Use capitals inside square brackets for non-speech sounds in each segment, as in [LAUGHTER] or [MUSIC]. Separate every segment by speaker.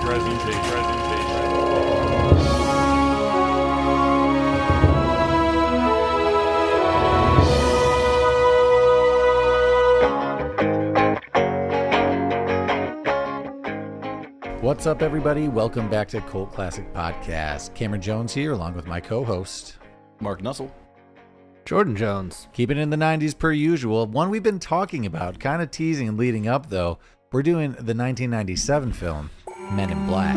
Speaker 1: presentation.
Speaker 2: What's up, everybody? Welcome back to Cult Classic Podcast. Cameron Jones here, along with my co host.
Speaker 3: Mark Nussel.
Speaker 4: Jordan Jones.
Speaker 2: Keeping it in the 90s per usual. One we've been talking about, kind of teasing and leading up, though. We're doing the 1997 film, Men in Black.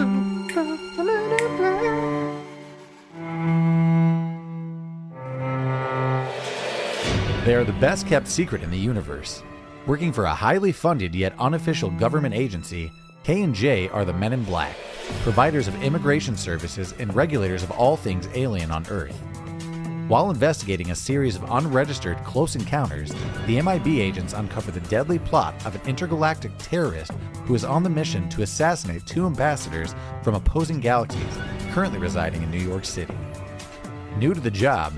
Speaker 2: They are the best kept secret in the universe. Working for a highly funded yet unofficial government agency, K&J are the Men in Black, providers of immigration services and regulators of all things alien on Earth. While investigating a series of unregistered close encounters, the MIB agents uncover the deadly plot of an intergalactic terrorist who is on the mission to assassinate two ambassadors from opposing galaxies currently residing in New York City. New to the job,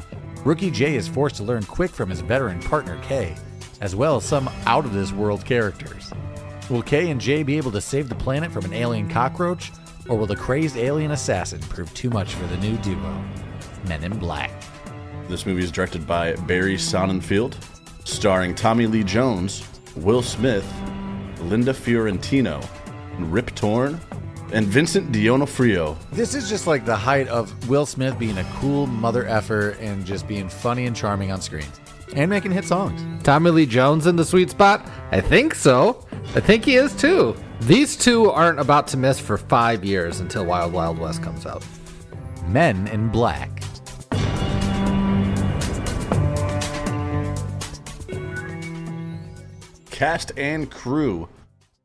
Speaker 2: rookie Jay is forced to learn quick from his veteran partner Kay, as well as some out of this world characters. Will Kay and Jay be able to save the planet from an alien cockroach, or will the crazed alien assassin prove too much for the new duo, Men in Black?
Speaker 3: This movie is directed by Barry Sonnenfeld, starring Tommy Lee Jones, Will Smith, Linda Fiorentino, Rip Torn, and Vincent D'Onofrio.
Speaker 2: This is just like the height of Will Smith being a cool mother effer and just being funny and charming on screen and making hit songs.
Speaker 4: Tommy Lee Jones in the sweet spot? I think so. I think he is too. These two aren't about to miss for five years until Wild Wild West comes out.
Speaker 2: Men in Black.
Speaker 3: Cast and crew.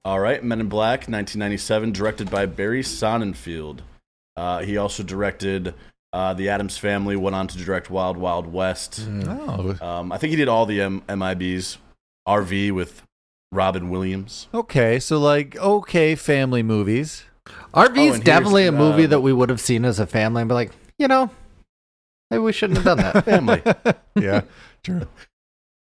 Speaker 3: All right, Men in Black, 1997, directed by Barry Sonnenfeld. Uh, he also directed uh, The Adams Family, went on to direct Wild Wild West.
Speaker 4: Mm.
Speaker 2: Oh,
Speaker 3: Um, I think he did all the M- MIBs. RV with Robin Williams.
Speaker 2: okay. So like okay family movies.
Speaker 3: Oh,
Speaker 4: RV's
Speaker 3: and
Speaker 4: definitely a
Speaker 3: here's,
Speaker 4: movie
Speaker 3: uh,
Speaker 4: that we would have seen as a family and be like, you know, maybe we shouldn't have done
Speaker 3: [LAUGHS]
Speaker 4: that.
Speaker 3: Family.
Speaker 2: [LAUGHS] yeah, true.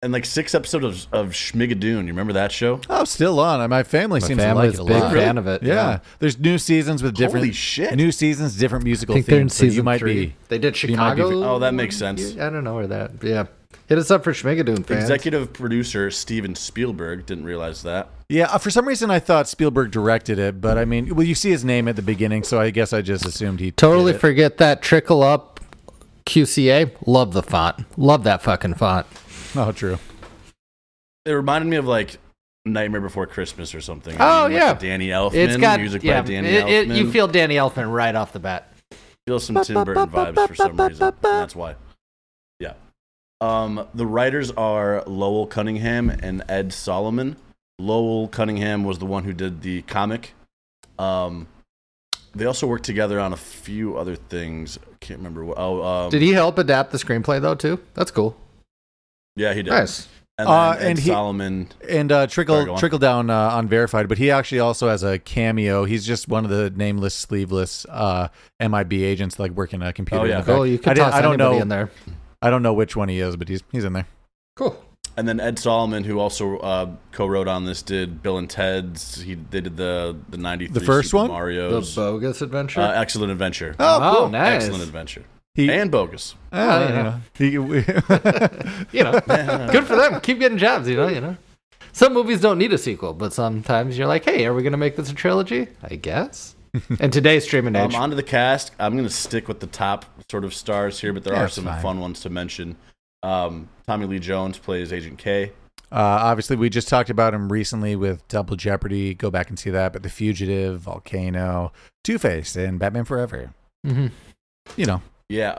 Speaker 3: and like six episodes of, of Schmigadoon. You remember that show?
Speaker 2: Oh, still on. and My family
Speaker 4: My
Speaker 2: seems to like
Speaker 4: family's
Speaker 2: it a
Speaker 4: big
Speaker 2: lot.
Speaker 4: fan of it,
Speaker 2: Yeah.
Speaker 4: yeah.
Speaker 2: there's new seasons with different
Speaker 3: Holy shit.
Speaker 2: new seasons, different musical
Speaker 4: I think
Speaker 2: themes.
Speaker 4: they're in
Speaker 2: so you
Speaker 4: season
Speaker 2: might
Speaker 4: three.
Speaker 2: be
Speaker 4: They did
Speaker 2: you might be-
Speaker 4: Chicago.
Speaker 3: Oh, that makes sense.
Speaker 4: I don't know where that. Yeah, hit us up for Schmigadoon fans.
Speaker 3: Executive producer Steven Spielberg didn't realize that.
Speaker 2: Yeah, uh, for some reason I thought Spielberg directed it, but I mean, well, you see his name at the beginning, so I guess I just assumed he
Speaker 4: Totally
Speaker 2: did it.
Speaker 4: forget that trickle up QCA. Love the font. Love that fucking font.
Speaker 2: Oh, true.
Speaker 3: It reminded me of like Nightmare Before Christmas or something.
Speaker 4: Oh,
Speaker 3: Like
Speaker 4: yeah.
Speaker 3: the Danny Elfman.
Speaker 4: It's got
Speaker 3: music
Speaker 4: yeah,
Speaker 3: by Danny
Speaker 4: it- it-
Speaker 3: Elfman.
Speaker 4: you feel Danny Elfman right off the bat.
Speaker 3: feel some Tim Burton vibes for some reason. and That's why. Yeah. Um, the writers are Lowell Cunningham and Ed Solomon. Lowell Cunningham was the one who did the comic. Um, they also worked together on a few other things. Can't remember what. Oh, um,
Speaker 4: Did he help adapt the screenplay though too? That's cool.
Speaker 3: Yeah, he did.
Speaker 4: Nice.
Speaker 3: And then
Speaker 2: Uh,
Speaker 3: Ed
Speaker 2: and he-
Speaker 3: Solomon.
Speaker 2: And uh,
Speaker 3: Sorry, go
Speaker 2: trickle
Speaker 3: on.
Speaker 2: trickle down uh, on verified, but he actually also has a cameo. He's just one of the nameless, sleeveless uh, MIB agents like working a computer.
Speaker 3: Oh,
Speaker 2: in
Speaker 3: yeah.
Speaker 2: the back.
Speaker 4: Cool. You
Speaker 2: I
Speaker 4: could
Speaker 2: did-
Speaker 4: toss
Speaker 2: I don't
Speaker 4: anybody
Speaker 2: know.
Speaker 4: in there.
Speaker 2: I don't know which one he is, but he's he's in there.
Speaker 4: Cool.
Speaker 3: And then Ed Solomon, who also uh, co-wrote on this, did Bill and Ted's. He they did the the '93
Speaker 2: The first
Speaker 3: Super
Speaker 2: one?
Speaker 3: Mario's
Speaker 4: The bogus adventure.
Speaker 3: uh, Excellent Adventure.
Speaker 4: oh, nice.
Speaker 3: Excellent Adventure.
Speaker 2: He,
Speaker 3: and bogus.
Speaker 2: Ah,
Speaker 4: Oh,
Speaker 2: you
Speaker 4: yeah.
Speaker 2: know. He- we- [LAUGHS] uh,
Speaker 4: You know, good for them. Keep getting jobs. You know. You know. Some movies don't need a sequel, but sometimes you're like, hey, are we going to make this a trilogy? I guess. And today's streaming age.
Speaker 3: Um, onto the cast. I'm going to stick with the top sort of stars here, but there
Speaker 2: Yeah,
Speaker 3: are
Speaker 2: it's
Speaker 3: some
Speaker 2: fine.
Speaker 3: fun ones to mention. Um, Tommy Lee Jones plays Agent K.
Speaker 2: uh, obviously, we just talked about him recently with Double Jeopardy. Go back and see that. But The Fugitive, Volcano, Two Face, and Batman Forever.
Speaker 4: hmm
Speaker 3: Uh,
Speaker 2: You know,
Speaker 3: Yeah,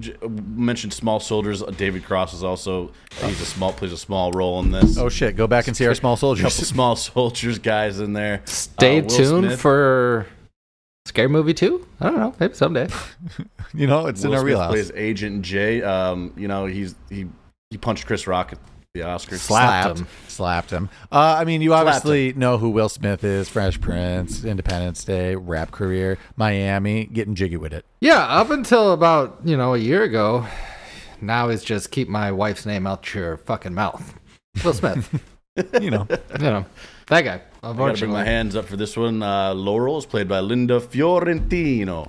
Speaker 3: J- mentioned Small Soldiers. Uh, David Cross is also he's a small plays a small role in this.
Speaker 2: oh shit, go back and see our small
Speaker 3: couple
Speaker 4: [LAUGHS]
Speaker 3: [LAUGHS]
Speaker 2: soldiers. [LAUGHS]
Speaker 3: Small Soldiers guys in there.
Speaker 4: Stay
Speaker 3: Uh, Will
Speaker 4: tuned
Speaker 3: Smith.
Speaker 4: for Scary Movie 2. I don't know. Maybe someday.
Speaker 2: you know, it's in
Speaker 3: Will
Speaker 2: our
Speaker 3: Smith
Speaker 2: real house.
Speaker 3: plays Agent J. Um, you know he's he he punched Chris Rock at the Oscars.
Speaker 4: Slapped him.
Speaker 2: Slapped him. Uh, I mean, you
Speaker 3: Slapped
Speaker 2: obviously know who Will Smith is Fresh Prince, Independence Day, rap career, Miami, getting jiggy with it.
Speaker 4: Yeah, up until about, you know, a year ago, now it's just keep my wife's name out your fucking mouth. Will Smith.
Speaker 2: You know,
Speaker 4: you know. That guy.
Speaker 3: I gotta bring my
Speaker 4: Unfortunately.
Speaker 3: hands up for this one. Uh, Laurel is played by Linda Fiorentino.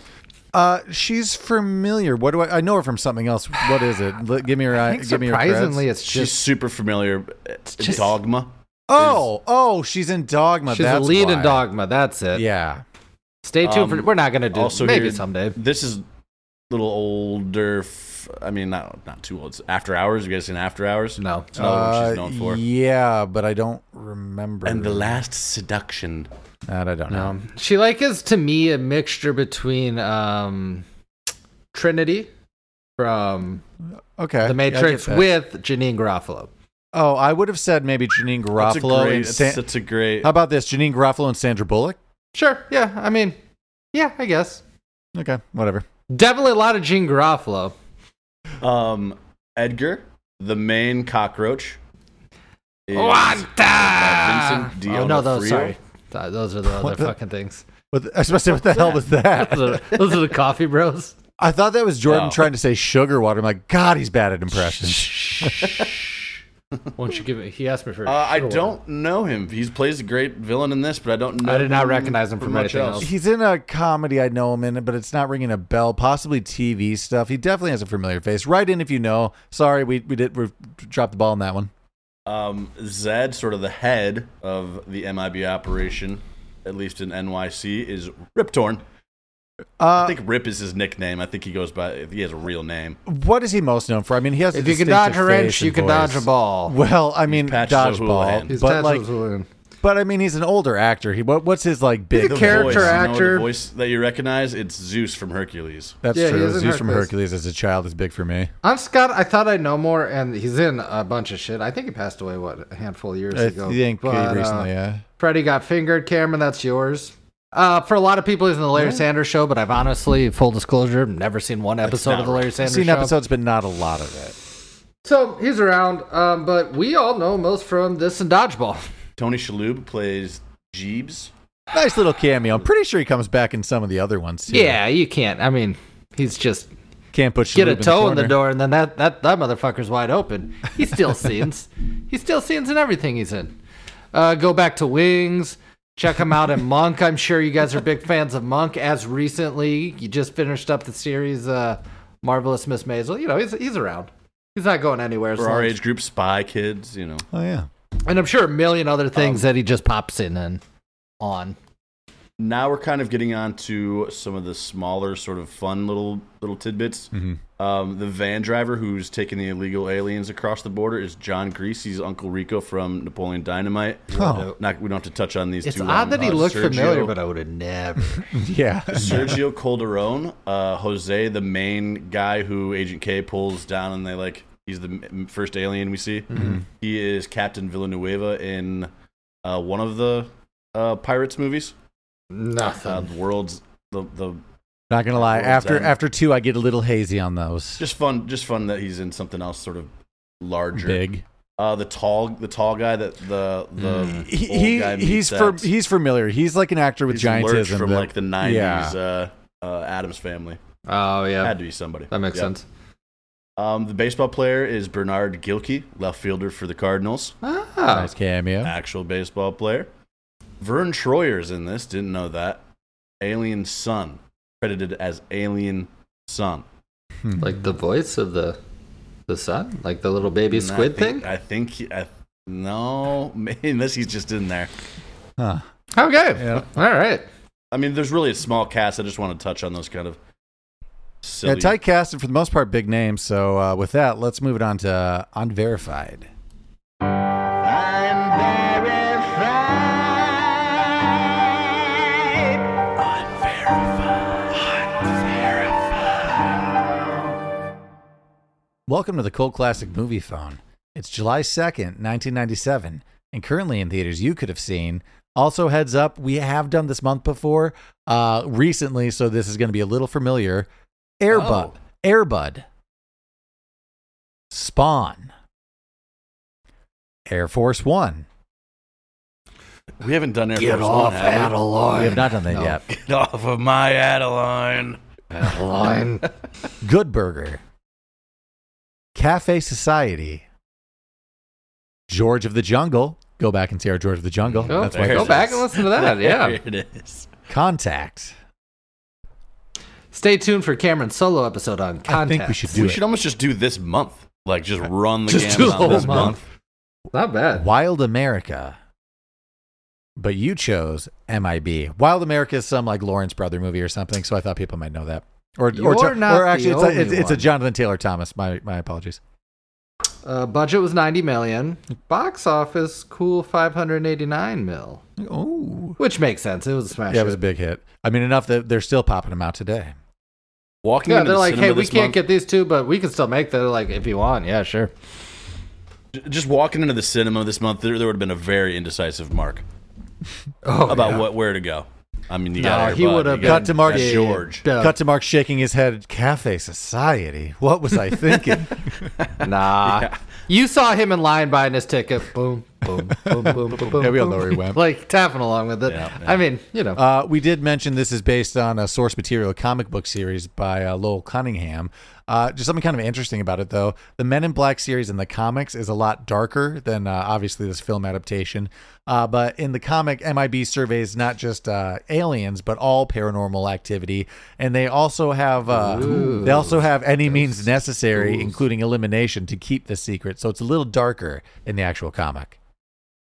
Speaker 2: Uh, she's familiar. What do I? I know her from something else. What is it? Let- give me her.
Speaker 4: I
Speaker 2: eye.
Speaker 4: think
Speaker 2: give me her. credits.
Speaker 4: surprisingly, it's
Speaker 3: She's
Speaker 4: just
Speaker 3: super familiar. It's
Speaker 4: just-
Speaker 3: Dogma.
Speaker 2: Oh, oh, she's in Dogma.
Speaker 4: she's a
Speaker 2: that's
Speaker 4: lead
Speaker 2: why.
Speaker 4: in Dogma. That's it.
Speaker 2: Yeah.
Speaker 4: Stay tuned for.
Speaker 3: Um,
Speaker 4: We're not gonna do.
Speaker 3: also
Speaker 4: maybe
Speaker 3: here-
Speaker 4: someday.
Speaker 3: This is a little older. F- I mean, not not too old. It's After Hours. You guys seen After Hours?
Speaker 4: No.
Speaker 3: It's another one
Speaker 2: Uh,
Speaker 3: Oh, she's known for.
Speaker 2: Yeah, but I don't remember.
Speaker 3: And the last seduction.
Speaker 2: that I don't know.
Speaker 4: No. She like is to me a mixture between um Trinity from
Speaker 2: Okay.
Speaker 4: The
Speaker 2: yeah, I get
Speaker 4: Matrix
Speaker 2: that.
Speaker 4: with Janine Garofalo.
Speaker 2: Oh, I would have said maybe Janine
Speaker 3: That's a
Speaker 2: Garofalo.
Speaker 3: great.
Speaker 2: and San-
Speaker 3: That's a great.
Speaker 2: How about this? Janine Garofalo and Sandra Bullock.
Speaker 4: Sure. Yeah. I mean, yeah. I guess
Speaker 2: Okay, whatever.
Speaker 4: definitely a lot of Jean Garofalo.
Speaker 3: Um, Edgar, the main cockroach. is-
Speaker 4: Wanta!
Speaker 3: Vincent
Speaker 4: Oh no, those
Speaker 3: D'Onofrio.
Speaker 4: sorry. Th- Those are the other
Speaker 2: What the-
Speaker 4: fucking things.
Speaker 2: What [LAUGHS] the- I was about to say, what the hell
Speaker 4: [LAUGHS]
Speaker 2: was that?
Speaker 4: Those are, those are the coffee bros.
Speaker 2: I thought that was Jordan
Speaker 3: Oh.
Speaker 2: trying to say sugar water. I'm like, God, he's bad
Speaker 4: [LAUGHS]
Speaker 2: at impressions.
Speaker 4: Won't you give it? He asked me for.
Speaker 3: Uh, I
Speaker 4: sugar water.
Speaker 3: don't know him. He plays a great villain in this, but I don't know.
Speaker 4: I did not
Speaker 3: him
Speaker 4: recognize him from
Speaker 3: much
Speaker 4: anything else.
Speaker 2: He's in a comedy I know him in, but it's not ringing a bell. Possibly TV stuff. He definitely has a familiar face. Write in if you know. Sorry, we we did we dropped the ball on that one.
Speaker 3: [LAUGHS] Um, Zed, sort of the head of the MIB operation, at least in NYC, is Rip Torn. I
Speaker 2: Uh,
Speaker 3: think Rip is his nickname. I think he goes by. He has a real name.
Speaker 2: what is he most known for? I mean, he has. a
Speaker 4: If you can
Speaker 2: distinctive
Speaker 4: dodge a wrench,
Speaker 2: face
Speaker 4: you
Speaker 2: and
Speaker 4: can
Speaker 2: voice.
Speaker 4: dodge a ball.
Speaker 2: Well, I mean,
Speaker 3: patches up
Speaker 2: dodgeball,
Speaker 3: Houlihan.
Speaker 4: He's
Speaker 2: but like,
Speaker 4: like,
Speaker 2: but I mean, he's an older actor. He what, what's his like big?
Speaker 4: The character
Speaker 3: voice, you know,
Speaker 4: actor-
Speaker 3: the voice that you recognize, it's Zeus from Hercules.
Speaker 2: That's
Speaker 4: Yeah, he
Speaker 2: true.
Speaker 4: is in
Speaker 2: Zeus from
Speaker 4: Hercules.
Speaker 2: Hercules as a child is big for me.
Speaker 4: I'm Scott. I thought I know more, and he's in a bunch of shit. I think he passed away what a handful of years
Speaker 2: I
Speaker 4: ago.
Speaker 2: think he
Speaker 4: But, uh,
Speaker 2: recently, yeah.
Speaker 4: Freddie got fingered. Cameron, that's yours. Uh, for a lot of people, he's in the Larry Sanders Show, but I've honestly, full disclosure, never seen one episode
Speaker 3: not
Speaker 4: of the Larry
Speaker 2: I've
Speaker 4: Sanders
Speaker 2: seen
Speaker 4: Show.
Speaker 2: episodes, but not a lot of it.
Speaker 4: So he's around, um, but we all know most from this and dodgeball.
Speaker 3: Tony Shalhoub plays Jeebs.
Speaker 2: Nice little cameo. I'm pretty sure he comes back in some of the other ones too.
Speaker 4: Yeah, you can't. I mean, he's just
Speaker 2: can't put
Speaker 4: get
Speaker 2: Shaloub
Speaker 4: a toe in the
Speaker 2: corner.
Speaker 4: door, and then that that that motherfucker's wide open. He still
Speaker 3: [LAUGHS]
Speaker 4: scenes. He still scenes in everything he's in. Uh, go back to Wings. Check him
Speaker 3: [LAUGHS]
Speaker 4: out in Monk. I'm sure you guys are big fans of Monk. As recently, you just finished up the series, uh, Marvelous Miss Maisel. You know, he's he's around. He's not going anywhere. as
Speaker 3: For our
Speaker 4: long-
Speaker 3: age group, Spy Kids, you know.
Speaker 2: Oh yeah.
Speaker 4: And I'm sure a million
Speaker 3: Um,
Speaker 4: other things that he just pops in and on.
Speaker 3: Now we're kind of getting on to some of the smaller, sort of fun little little tidbits.
Speaker 2: Mhm.
Speaker 3: Um, the van driver who's taking the illegal aliens across the border is John Greasy's Uncle Rico from Napoleon Dynamite.
Speaker 2: Oh.
Speaker 3: Not, we don't have to touch on these
Speaker 4: It's
Speaker 3: two.
Speaker 4: odd
Speaker 3: um,
Speaker 4: that he
Speaker 3: uh,
Speaker 4: looked
Speaker 3: Sergio-
Speaker 4: familiar, but I would have
Speaker 3: [LAUGHS]
Speaker 4: never.
Speaker 2: [LAUGHS] Yeah.
Speaker 3: Sergio Calderon, uh, Jose, the main guy who Agent K pulls down, and they like he's the m- first alien we see.
Speaker 4: Mm-hmm.
Speaker 3: He is Captain Villanueva in uh, one of the uh, pirates movies. Uh,
Speaker 4: Nothing.
Speaker 3: the world's the the
Speaker 2: Not gonna lie.
Speaker 3: Well
Speaker 2: After
Speaker 3: done.
Speaker 2: after two, I get a little hazy on those.
Speaker 3: just fun, just fun that he's in something else, sort of larger.
Speaker 2: Big.
Speaker 3: Uh, the tall, the tall guy that the the
Speaker 4: Mm.
Speaker 2: He,
Speaker 3: old
Speaker 2: he
Speaker 3: guy meets
Speaker 2: he's
Speaker 3: that-
Speaker 2: for, he's familiar. He's like an actor with
Speaker 3: he's Lurch
Speaker 2: giantism.
Speaker 3: from
Speaker 2: that-
Speaker 3: like the nineties.
Speaker 2: Yeah.
Speaker 3: Uh, uh, Adam's family
Speaker 4: Oh yeah,
Speaker 3: had to be somebody.
Speaker 4: that makes
Speaker 3: Yeah.
Speaker 4: sense.
Speaker 3: Um, the baseball player is Bernard Gilkey, left fielder for the Cardinals.
Speaker 4: Ah,
Speaker 2: Nice cameo.
Speaker 3: Actual baseball player. Vern Troyer's in this. Didn't know that. Alien Sun, credited as Alien Sun.
Speaker 4: like the voice of the the sun, like the little baby
Speaker 3: And I
Speaker 4: squid
Speaker 3: think-
Speaker 4: thing.
Speaker 3: I think. He, I, no, [LAUGHS] unless he's just in there.
Speaker 2: Huh.
Speaker 4: Okay,
Speaker 2: Yeah.
Speaker 4: all right.
Speaker 3: I mean, there's really a small cast. I just want to touch on those kind of
Speaker 2: Yeah,
Speaker 3: silly.
Speaker 2: tight cast and for the most part big names. So uh, with that, let's move it on to uh, unverified. Welcome to the Cold Classic Movie Phone. It's July 2nd, 1997, and currently in theaters you could have seen. Also, heads up, we have done this month before, uh, recently, so this is going to be a little familiar.
Speaker 3: Oh.
Speaker 2: Airbud. Airbud. Spawn. Air Force One.
Speaker 3: we haven't done Air Force One, have we?
Speaker 4: Adeline.
Speaker 2: We have not done that
Speaker 4: No.
Speaker 2: yet.
Speaker 3: Get off of my Adeline. [LAUGHS]
Speaker 4: Adeline.
Speaker 2: Good Burger, Cafe Society, George of the Jungle, Go back and see our George of the Jungle.
Speaker 4: Go,
Speaker 2: That's
Speaker 3: there
Speaker 2: why.
Speaker 3: it
Speaker 4: go
Speaker 3: is.
Speaker 4: back and listen to that. Yeah.
Speaker 3: [LAUGHS] There it is.
Speaker 2: Contact.
Speaker 4: Stay tuned for Cameron's solo episode on contact.
Speaker 2: I think we should do
Speaker 3: we
Speaker 2: it.
Speaker 3: should almost just do this month. Like just run the
Speaker 4: Just do
Speaker 3: gamut
Speaker 4: the
Speaker 3: on
Speaker 4: whole
Speaker 3: this
Speaker 4: month.
Speaker 3: month.
Speaker 4: Not bad.
Speaker 2: Wild America. But you chose MIB. Wild America is some like Lawrence Brother movie or something, so I thought people might know that. Or or,
Speaker 4: You're not
Speaker 2: or actually
Speaker 4: the
Speaker 2: it's, a,
Speaker 4: only
Speaker 2: it's, it's a
Speaker 4: one.
Speaker 2: Jonathan Taylor Thomas. My my apologies.
Speaker 4: Uh, budget was 90 million. Box office, cool 589 mil,
Speaker 2: Oh.
Speaker 4: which makes sense. It was a smash.
Speaker 2: Yeah, it was a
Speaker 4: hit.
Speaker 2: big hit. I mean enough that they're still popping them out today.
Speaker 3: Walking
Speaker 4: Yeah,
Speaker 3: into
Speaker 4: they're
Speaker 3: the
Speaker 4: like,
Speaker 3: cinema
Speaker 4: hey, we
Speaker 3: this
Speaker 4: can't
Speaker 3: month-
Speaker 4: get these two, but we can still make them. They're like, if you want, yeah, sure.
Speaker 3: J- Just walking into the cinema this month, there, there would have been a very indecisive Mark
Speaker 4: Oh,
Speaker 3: about
Speaker 4: yeah.
Speaker 3: what where to go. I mean, you
Speaker 4: No,
Speaker 3: got
Speaker 4: he would have
Speaker 2: Cut to Mark
Speaker 3: George.
Speaker 4: Yeah.
Speaker 2: Cut to Mark shaking his head. Cafe Society. What was
Speaker 4: [LAUGHS]
Speaker 2: I thinking?
Speaker 4: Nah. You saw him in line buying his ticket. Boom, boom, boom, boom, boom, boom.
Speaker 2: [LAUGHS] Yeah, we all know
Speaker 4: boom.
Speaker 2: where he went.
Speaker 4: like tapping along with it.
Speaker 3: Yeah, yeah.
Speaker 4: I mean, you know.
Speaker 2: Uh, we did mention this is based on a source material comic book series by uh, Lowell Cunningham. Uh, just something kind of interesting about it, though. The Men in Black series in the comics is a lot darker than uh, obviously this film adaptation. Uh, but in the comic, MIB surveys not just uh, aliens but all paranormal activity, and they also have uh, they also have any means necessary, including elimination, to keep the secret. So it's a little darker in the actual comic.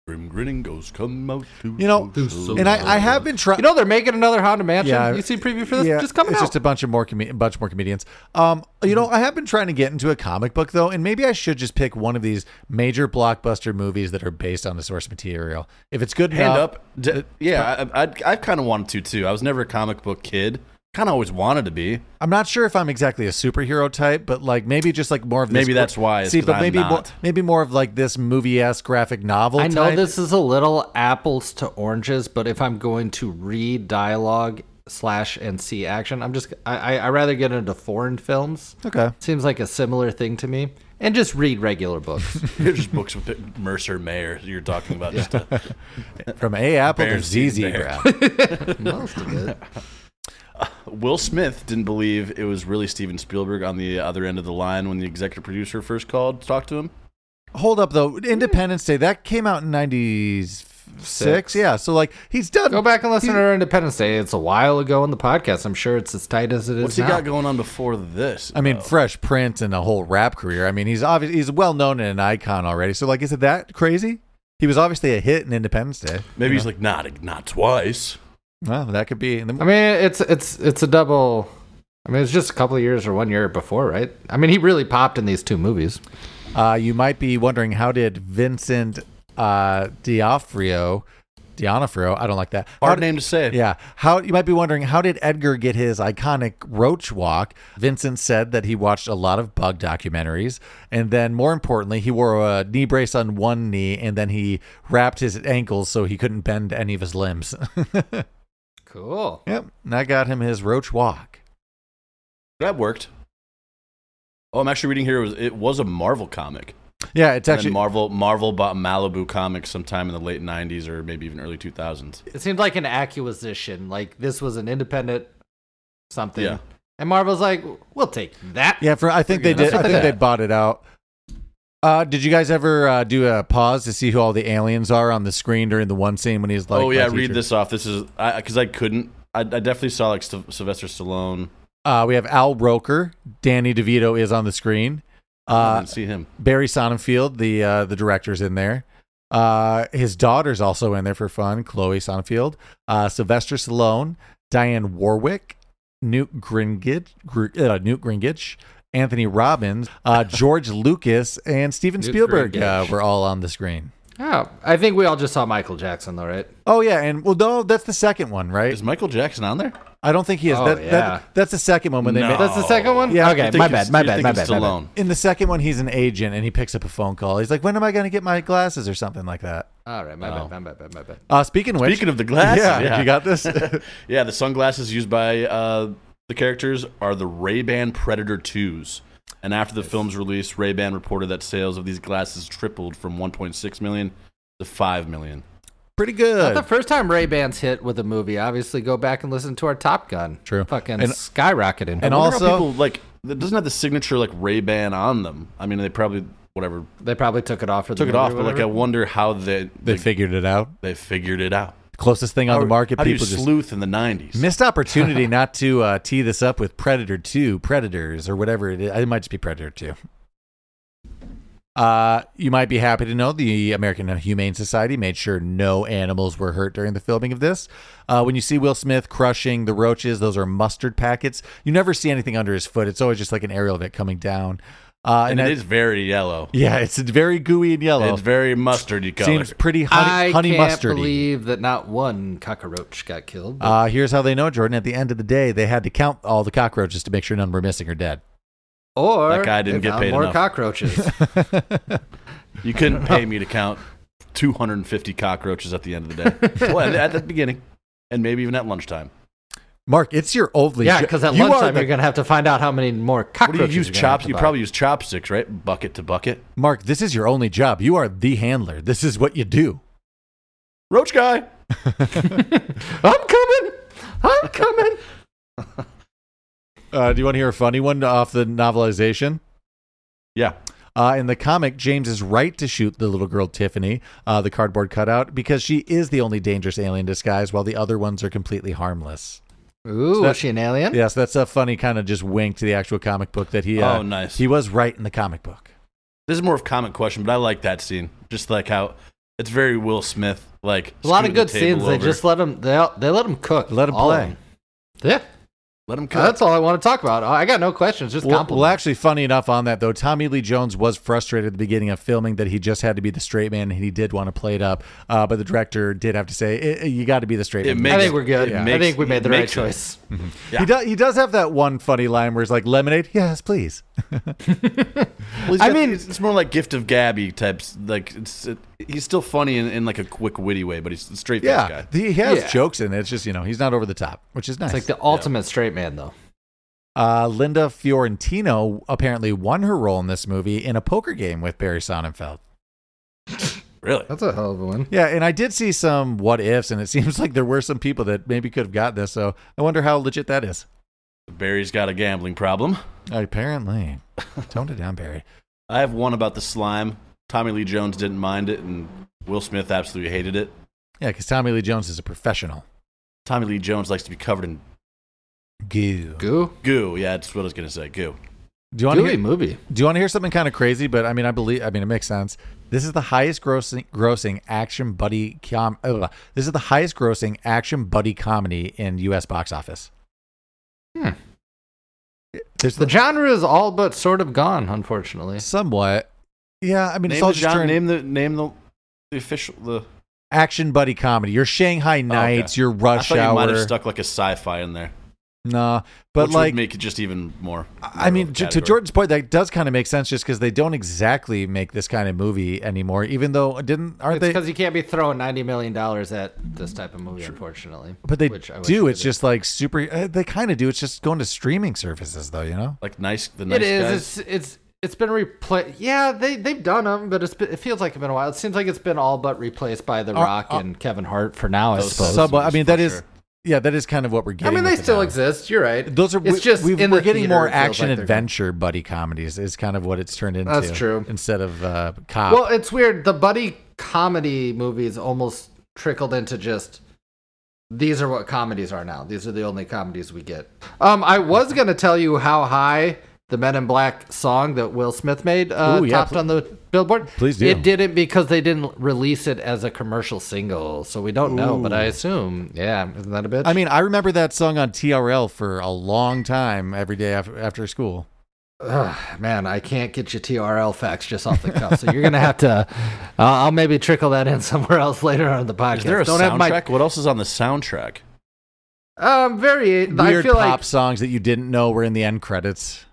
Speaker 3: Grim grinning ghosts come out to
Speaker 2: You know,
Speaker 3: social
Speaker 2: and I, I have been trying.
Speaker 4: you know they're making another Haunted Mansion.
Speaker 2: Yeah,
Speaker 4: you see preview for this? just coming
Speaker 2: it's
Speaker 4: out. Mm-hmm.
Speaker 2: just a bunch of more com- bunch more comedians. Um, you know, I have been trying to get into a comic book though, and maybe I should just pick one of these major blockbuster movies that are based on the source material. If it's good
Speaker 3: hand
Speaker 2: enough,
Speaker 3: up. D- yeah, I, I, I kind of wanted to too. I was never a comic book kid. Kind of always wanted to be.
Speaker 2: I'm not sure if I'm exactly a superhero type, but like maybe just like more of this
Speaker 3: Maybe that's why, is
Speaker 2: See,
Speaker 3: 'cause
Speaker 2: but
Speaker 3: I'm
Speaker 2: maybe
Speaker 3: not.
Speaker 2: more, maybe more of like this movie esque graphic novel.
Speaker 4: I know
Speaker 2: type.
Speaker 4: this is a little apples to oranges, but if I'm going to read dialogue slash and see action, I'm just I I I rather get into foreign films.
Speaker 2: Okay,
Speaker 4: Seems like a similar thing to me. And just read regular
Speaker 2: [LAUGHS]
Speaker 4: books.
Speaker 3: There's just books with Mercer Mayer you're talking about. Just uh,
Speaker 2: [LAUGHS]
Speaker 3: a,
Speaker 2: from A Apple to
Speaker 3: Bears
Speaker 2: Z
Speaker 3: eating bear.
Speaker 2: Zebra.
Speaker 4: Most of it.
Speaker 3: Will Smith didn't believe it was really Steven Spielberg on the other end of the line when the executive producer first called to talk to him.
Speaker 2: [LAUGHS] Hold up though, Independence Day that came out in '96.
Speaker 4: Six.
Speaker 2: Yeah, so like he's done.
Speaker 4: Go back and listen to our Independence Day. It's a while ago in the podcast. I'm sure it's as tight as it is
Speaker 3: What's
Speaker 4: now.
Speaker 3: he got going on before this?
Speaker 2: I mean,
Speaker 3: though?
Speaker 2: Fresh Prince and the whole rap career. I mean, he's obvious. He's well known and an icon already. So, like, is it that crazy? He was obviously a hit in Independence Day.
Speaker 3: maybe he's like not not twice.
Speaker 2: Well, that could be.
Speaker 4: I mean, it's it's it's a double. I mean, it's just a couple of years or one year before, right? I mean, he really popped in these two movies.
Speaker 2: Uh, you might be wondering how did Vincent uh, D'Onofrio, D'Onofrio, I don't like that. How
Speaker 3: Hard
Speaker 2: did-
Speaker 3: name to say. [LAUGHS]
Speaker 2: Yeah. How you might be wondering how did Edgar get his iconic roach walk? Vincent said that he watched a lot of bug documentaries and then more importantly, he wore a knee brace on one knee and then he wrapped his ankles so he couldn't bend any of his limbs. [LAUGHS]
Speaker 4: Cool.
Speaker 2: yep. And that got him his roach walk.
Speaker 3: That worked. Oh, I'm actually reading here. It was, it was a Marvel comic.
Speaker 2: Yeah, it's
Speaker 3: And then
Speaker 2: actually
Speaker 3: Marvel Marvel bought Malibu Comics sometime in the late '90s or maybe even early 2000s.
Speaker 4: It seemed like an acquisition. Like this was an independent something.
Speaker 3: Yeah.
Speaker 4: And Marvel's like, we'll take that.
Speaker 2: Yeah, for I think they
Speaker 4: Pretty good.
Speaker 2: did. I
Speaker 4: That's
Speaker 2: think
Speaker 4: okay.
Speaker 2: they bought it out. Uh, did you guys ever uh, do a pause to see who all the aliens are on the screen during the one scene when he's like,
Speaker 3: oh yeah,
Speaker 2: my
Speaker 3: read
Speaker 2: teacher?
Speaker 3: this off. This is because I, couldn't. I, I definitely saw like Sty- Sylvester Stallone.
Speaker 2: Uh, we have Al Roker, Danny DeVito is on the screen.
Speaker 3: I
Speaker 2: Uh,
Speaker 3: didn't see him.
Speaker 2: Barry Sonnenfeld, the uh, the director's in there. Uh, his daughter's also in there for fun. Chloe Sonnenfeld, uh, Sylvester Stallone, Diane Warwick, Newt Gringich, Gr- uh, Newt Gringich, Anthony Robbins,
Speaker 4: [LAUGHS]
Speaker 2: uh, George Lucas, and Steven
Speaker 4: Newt
Speaker 2: Spielberg uh,
Speaker 4: Gingrich.
Speaker 2: were all on the screen.
Speaker 4: Oh, I think we all just saw Michael Jackson, though, right?
Speaker 2: Oh yeah, and well, no, that's the second one, right?
Speaker 3: Is Michael Jackson on there?
Speaker 2: I don't think he is.
Speaker 4: Oh,
Speaker 2: that, that-
Speaker 4: yeah.
Speaker 2: that's the second one when they
Speaker 3: No.
Speaker 2: made.
Speaker 4: That's the second one.
Speaker 2: Yeah,
Speaker 4: Okay.
Speaker 3: You're
Speaker 4: My
Speaker 3: thinking-
Speaker 4: bad. My
Speaker 3: you're
Speaker 4: bad. My bad.
Speaker 3: thinking
Speaker 4: My bad.
Speaker 3: Stallone.
Speaker 2: In the second one, he's an agent and he picks up a phone call. He's like, "When am I going to get my glasses or something like that?"
Speaker 4: All right. My
Speaker 3: Oh.
Speaker 4: bad. My bad. My bad. My bad.
Speaker 2: Uh, speaking of which,
Speaker 3: Speaking of the glasses,
Speaker 2: [LAUGHS] yeah,
Speaker 3: yeah,
Speaker 2: you
Speaker 3: [LAUGHS]
Speaker 2: got this.
Speaker 4: [LAUGHS]
Speaker 3: yeah, the sunglasses used by uh, the characters are the Ray Ban Predator 2s. And after the film's release, Ray Ban reported that sales of these glasses tripled from 1.6 million to 5 million.
Speaker 2: Pretty good.
Speaker 4: Not the first time Ray Bans hit with a movie. Obviously, go back and listen to our Top Gun.
Speaker 2: True.
Speaker 4: Fucking
Speaker 2: And-
Speaker 4: skyrocketing.
Speaker 2: and
Speaker 3: I wonder how
Speaker 2: also-
Speaker 3: people like it doesn't have the signature like Ray Ban on them. I mean, they probably whatever
Speaker 4: They probably took it off for the
Speaker 3: took it
Speaker 4: movie
Speaker 3: off.
Speaker 4: or
Speaker 3: But like, I
Speaker 4: whatever.
Speaker 3: wonder how they
Speaker 2: They
Speaker 3: they,
Speaker 2: figured it out.
Speaker 3: they figured it out.
Speaker 2: Closest thing on the
Speaker 3: How-
Speaker 2: market,
Speaker 3: How do you
Speaker 2: people just
Speaker 3: sleuth in the nineties?
Speaker 2: missed opportunity not to uh, tee this up with Predator Two, Predators, or whatever it is. It might just be Predator Two. Uh, you might be happy to know the American Humane Society made sure no animals were hurt during the filming of this. Uh, when you see Will Smith crushing the roaches, those are mustard packets. You never see anything under his foot. It's always just like an aerial of it coming down. Uh,
Speaker 3: and
Speaker 2: and
Speaker 3: it
Speaker 2: I-
Speaker 3: is very yellow.
Speaker 2: yeah, it's very gooey and yellow.
Speaker 3: It's very mustardy color.
Speaker 2: Seems pretty
Speaker 4: I
Speaker 2: honey, honey
Speaker 4: can't
Speaker 2: mustardy.
Speaker 4: believe that not one cockroach got killed. but-
Speaker 2: Uh, here's how they know, Jordan. At the end of the day, they had to count all the cockroaches to make sure none were missing or dead. [LAUGHS]
Speaker 4: or
Speaker 3: That guy didn't
Speaker 4: they
Speaker 3: get
Speaker 4: found
Speaker 3: paid
Speaker 4: more
Speaker 3: enough. [LAUGHS]
Speaker 4: cockroaches.
Speaker 3: you couldn't pay me to count 250 cockroaches at the end of the
Speaker 2: [LAUGHS]
Speaker 3: day. well, at the beginning, and maybe even at lunchtime.
Speaker 2: Mark, it's your only
Speaker 4: yeah,
Speaker 2: show-
Speaker 4: because at
Speaker 2: you are
Speaker 4: lunchtime
Speaker 2: the-
Speaker 4: you're gonna have to find out how many more
Speaker 3: What
Speaker 4: cockroaches.
Speaker 3: do you use
Speaker 4: you're gonna have
Speaker 3: chops?
Speaker 4: to
Speaker 3: You
Speaker 4: buy.
Speaker 3: probably use chopsticks, right? Bucket to bucket.
Speaker 2: Mark, this is your only job. You are the handler. This is what you do.
Speaker 3: Roach guy.
Speaker 4: I'm coming. [LAUGHS] I'm coming.
Speaker 2: Uh, do you want to hear a funny one off the novelization?
Speaker 3: Yeah.
Speaker 2: Uh, in the comic, James is right to shoot the little girl Tiffany, uh, the cardboard cutout, because she is the only dangerous alien disguise, while the other ones are completely harmless.
Speaker 4: Ooh,
Speaker 2: that-
Speaker 4: was she an alien?
Speaker 2: Yes, that's a funny kind of just wink to the actual comic book that he. Uh,
Speaker 3: Oh, nice.
Speaker 2: He was right in the comic book.
Speaker 3: This is more of a comic question, but I like that scene. Just like how it's very Will Smith. Like
Speaker 4: A lot of
Speaker 3: scooting the
Speaker 4: good
Speaker 3: table
Speaker 4: scenes. They
Speaker 3: over.
Speaker 4: just let them. They they let them cook.
Speaker 2: Let 'em
Speaker 4: all of
Speaker 2: play.
Speaker 4: 'em. Yeah,
Speaker 3: let him
Speaker 4: that's all I want to talk about. I got no questions. Just
Speaker 2: Well, well,
Speaker 4: compliments.
Speaker 2: actually, funny enough on that, though, Tommy Lee Jones was frustrated at the beginning of filming that he just had to be the straight man and he did want to play it up. Uh, but the director did have to say, "I- I- you got to be the straight
Speaker 3: It
Speaker 2: man.
Speaker 3: makes-
Speaker 4: I think we're good.
Speaker 3: it
Speaker 4: I
Speaker 3: makes-
Speaker 4: think we
Speaker 3: it
Speaker 4: made the right
Speaker 3: makes it.
Speaker 4: [LAUGHS] choice.
Speaker 2: He,
Speaker 3: Yeah.
Speaker 2: does, he does have that one funny line where he's like, lemonade? Yes, please. [LAUGHS]
Speaker 3: I
Speaker 4: I
Speaker 3: mean,
Speaker 4: mean-
Speaker 3: it's more like gift of gabby types. Like it's it, he's still funny in, in like a quick witty way, but he's a straight face
Speaker 2: yeah.
Speaker 3: guy.
Speaker 2: He has
Speaker 4: Yeah.
Speaker 2: jokes in it. It's just, you know, he's not over the top, which is nice.
Speaker 4: It's like the ultimate straight man, though.
Speaker 2: uh, Linda Fiorentino apparently won her role in this movie in a poker game with Barry Sonnenfeld.
Speaker 3: Really?
Speaker 4: That's a hell of a one.
Speaker 2: Yeah, and I did see some what ifs, and it [LAUGHS] seems like there were some people that maybe could have got this. So I wonder how legit that is.
Speaker 3: Barry's got a gambling problem.
Speaker 2: Apparently. Toned it down, Barry.
Speaker 3: I have one about the slime. Tommy Lee Jones didn't mind it, and Will Smith absolutely hated it.
Speaker 2: Yeah, because Tommy Lee Jones is a professional.
Speaker 3: Tommy Lee Jones likes to be covered in
Speaker 2: Goo.
Speaker 4: Goo,
Speaker 3: goo. Yeah, that's what I was gonna say. Goo.
Speaker 2: Do you want to
Speaker 4: gooey
Speaker 2: hear,
Speaker 4: movie.
Speaker 2: do you want to hear something kind of crazy? But I mean, I believe I mean it makes sense. This is the highest grossing grossing action buddy com. ugh. this is the highest grossing action buddy comedy in U.S. box office.
Speaker 4: Hmm.
Speaker 2: There's
Speaker 4: The
Speaker 2: the
Speaker 4: genre is all but sort of gone, unfortunately.
Speaker 2: somewhat. Yeah, I mean
Speaker 3: name
Speaker 2: it's all
Speaker 3: the
Speaker 2: just
Speaker 3: genre-
Speaker 2: turned-
Speaker 3: name the name the the official the.
Speaker 2: action buddy comedy. Your Shanghai Nights, your
Speaker 3: Oh, I
Speaker 2: Rush
Speaker 3: thought you might
Speaker 2: Hour.
Speaker 3: have stuck like a sci-fi in there,
Speaker 2: nah, but
Speaker 3: which would
Speaker 2: like
Speaker 3: make it just even more.
Speaker 2: I mean,
Speaker 3: narrow
Speaker 2: to, to
Speaker 3: category.
Speaker 2: Jordan's point, that does kind of make sense, just because they don't exactly make this kind of movie anymore. Even though didn't aren't
Speaker 4: It's
Speaker 2: they?
Speaker 4: because you can't be throwing ninety million dollars at this type of movie, unfortunately.
Speaker 2: But they
Speaker 4: Which I wish
Speaker 2: do.
Speaker 4: they
Speaker 2: It's
Speaker 4: did.
Speaker 2: just like super. Uh, they kind of do. It's just going to streaming services, though. You know.
Speaker 3: like nice the nice
Speaker 4: It is.
Speaker 3: guys.
Speaker 4: It's it's it's been replaced. Yeah, they they've done them, but it's been, it feels like it's been a while. It seems like it's been all but replaced by The
Speaker 2: Uh,
Speaker 4: Rock
Speaker 2: uh,
Speaker 4: and Kevin Hart for now. I
Speaker 3: Those
Speaker 4: suppose.
Speaker 2: Somewhat. I mean, that
Speaker 3: for
Speaker 2: is.
Speaker 3: sure.
Speaker 2: Yeah, that is kind of what we're
Speaker 4: I
Speaker 2: getting.
Speaker 4: mean, they
Speaker 2: with it
Speaker 4: still
Speaker 2: now.
Speaker 4: exist. You're right.
Speaker 2: Those are.
Speaker 4: It's just
Speaker 2: we
Speaker 4: in
Speaker 2: are
Speaker 4: the
Speaker 2: getting
Speaker 4: theater,
Speaker 2: more
Speaker 4: it feels like
Speaker 2: action
Speaker 4: they're gone.
Speaker 2: adventure buddy comedies. Is kind of what it's turned into.
Speaker 4: That's true.
Speaker 2: Instead of uh, cop.
Speaker 4: Well, it's weird. The buddy comedy movies almost trickled into just these are what comedies are now. These are the only comedies we get. Um, I was gonna tell you how high the Men in Black song that Will Smith made uh,
Speaker 2: Ooh, yeah,
Speaker 4: topped
Speaker 2: pl-
Speaker 4: on the Billboard.
Speaker 2: Please do.
Speaker 4: It didn't because they didn't release it as a commercial single, so we don't know. But I assume, yeah, isn't that a bitch?
Speaker 2: I mean, I remember that song on TRL for a long time. Every day after, after school.
Speaker 4: Ugh, man, I can't get you TRL facts just off the cuff, so you're gonna have to. [LAUGHS] Uh, I'll maybe trickle that in somewhere else later on in the podcast.
Speaker 3: Is there a
Speaker 4: Don't
Speaker 3: soundtrack?
Speaker 4: have my
Speaker 3: What else is on the soundtrack?
Speaker 4: Um, very. I
Speaker 2: Weird
Speaker 4: feel
Speaker 2: pop
Speaker 4: like.
Speaker 2: songs that you didn't know were in the end credits.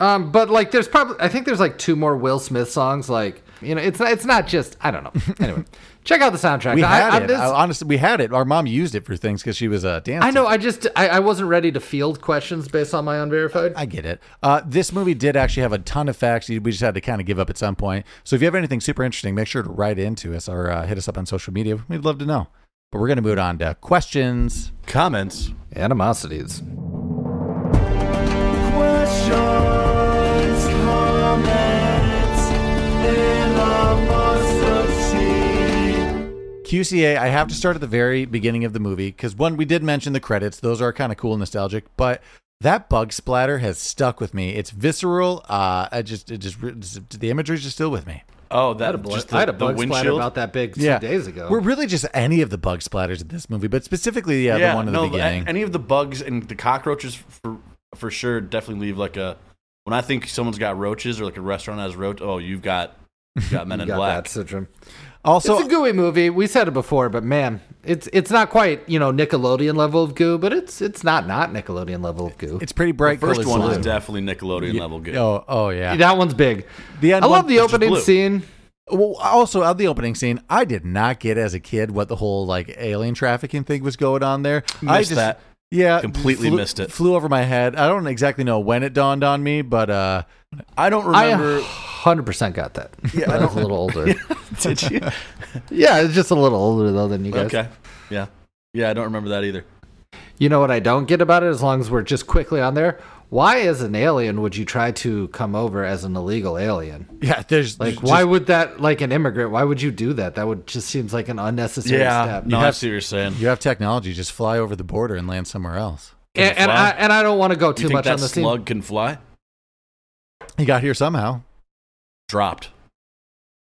Speaker 4: Um, but like, there's probably. I think there's like two more Will Smith songs. Like, you know, it's not. It's not just. I don't know. Anyway, check out the soundtrack.
Speaker 2: We
Speaker 4: I,
Speaker 2: had
Speaker 4: I'm
Speaker 2: it.
Speaker 4: just-
Speaker 2: I- honestly, we had it. Our mom used it for things because she was uh, a dancer.
Speaker 4: I know. I just. I, I wasn't ready to field questions based on my unverified.
Speaker 2: I get it. Uh, this movie did actually have a ton of facts. We just had to kind of give up at some point. So if you have anything super interesting, make sure to write into us or uh, hit us up on social media. We'd love to know. But we're going to move on to questions.
Speaker 3: Comments.
Speaker 4: Animosities.
Speaker 2: QCA, I have to start at the very beginning of the movie because when we did mention the credits, those are kind of cool and nostalgic. But that bug splatter has stuck with me. It's visceral. Uh, I just, it just, just the imagery is just still with me.
Speaker 3: Oh,
Speaker 4: I had a,
Speaker 3: that
Speaker 4: bl-
Speaker 3: just
Speaker 4: I
Speaker 3: the,
Speaker 4: had a
Speaker 3: the
Speaker 4: bug splatter
Speaker 3: windshield.
Speaker 4: about that big two days ago.
Speaker 2: We're really just any of the bug splatters in this movie, but specifically, yeah, the one in the
Speaker 3: no,
Speaker 2: beginning.
Speaker 3: a- Any of the bugs and the cockroaches for for sure definitely leave like a. When I think someone's got roaches or like a restaurant has roach, oh, you've got you've got
Speaker 4: [LAUGHS]
Speaker 3: Men
Speaker 4: You
Speaker 3: in
Speaker 4: got
Speaker 3: Black.
Speaker 4: that syndrome.
Speaker 2: also,
Speaker 4: it's a gooey movie. We said it before, but man, it's it's not quite you know Nickelodeon level of goo, but it's it's not not Nickelodeon level of goo.
Speaker 2: it's pretty bright.
Speaker 3: First
Speaker 2: colours
Speaker 3: one is
Speaker 2: blue.
Speaker 3: definitely Nickelodeon level good.
Speaker 2: Oh, oh yeah.
Speaker 4: that one's big.
Speaker 2: The end
Speaker 4: I love
Speaker 2: one-
Speaker 4: the
Speaker 3: which is
Speaker 4: opening
Speaker 3: blue.
Speaker 4: scene.
Speaker 2: Well, also on the opening scene, I did not get as a kid what the whole like alien trafficking thing was going on there. I
Speaker 3: Missed
Speaker 2: just,
Speaker 3: that.
Speaker 2: Yeah,
Speaker 3: Completely
Speaker 2: flew-
Speaker 3: missed it.
Speaker 2: Flew over my head. I don't exactly know when it dawned on me, but uh,
Speaker 3: I don't
Speaker 4: I
Speaker 3: remember.
Speaker 4: 100% got that. Yeah, I was a little older.
Speaker 3: [LAUGHS] did you?
Speaker 4: yeah, it's just a little older though than you guys.
Speaker 3: Okay. Yeah. Yeah, I don't remember that either.
Speaker 4: You know what I don't get about it? As long as we're just quickly on there, why as an alien would you try to come over as an illegal alien?
Speaker 2: yeah, there's
Speaker 4: Like,
Speaker 2: just-
Speaker 4: why would that? Like an immigrant, why would you do that? That would just seems like an unnecessary
Speaker 3: Yeah.
Speaker 4: step.
Speaker 3: No,
Speaker 2: You
Speaker 3: I
Speaker 2: have-
Speaker 3: see what you're saying.
Speaker 2: you have technology? Just fly over the border and land somewhere else.
Speaker 3: Can
Speaker 4: and,
Speaker 3: it
Speaker 4: and
Speaker 3: fly?
Speaker 4: I and I don't want to go too
Speaker 3: you think
Speaker 4: much on
Speaker 3: that
Speaker 4: the
Speaker 3: slug can fly?
Speaker 2: He got here somehow.
Speaker 3: Dropped.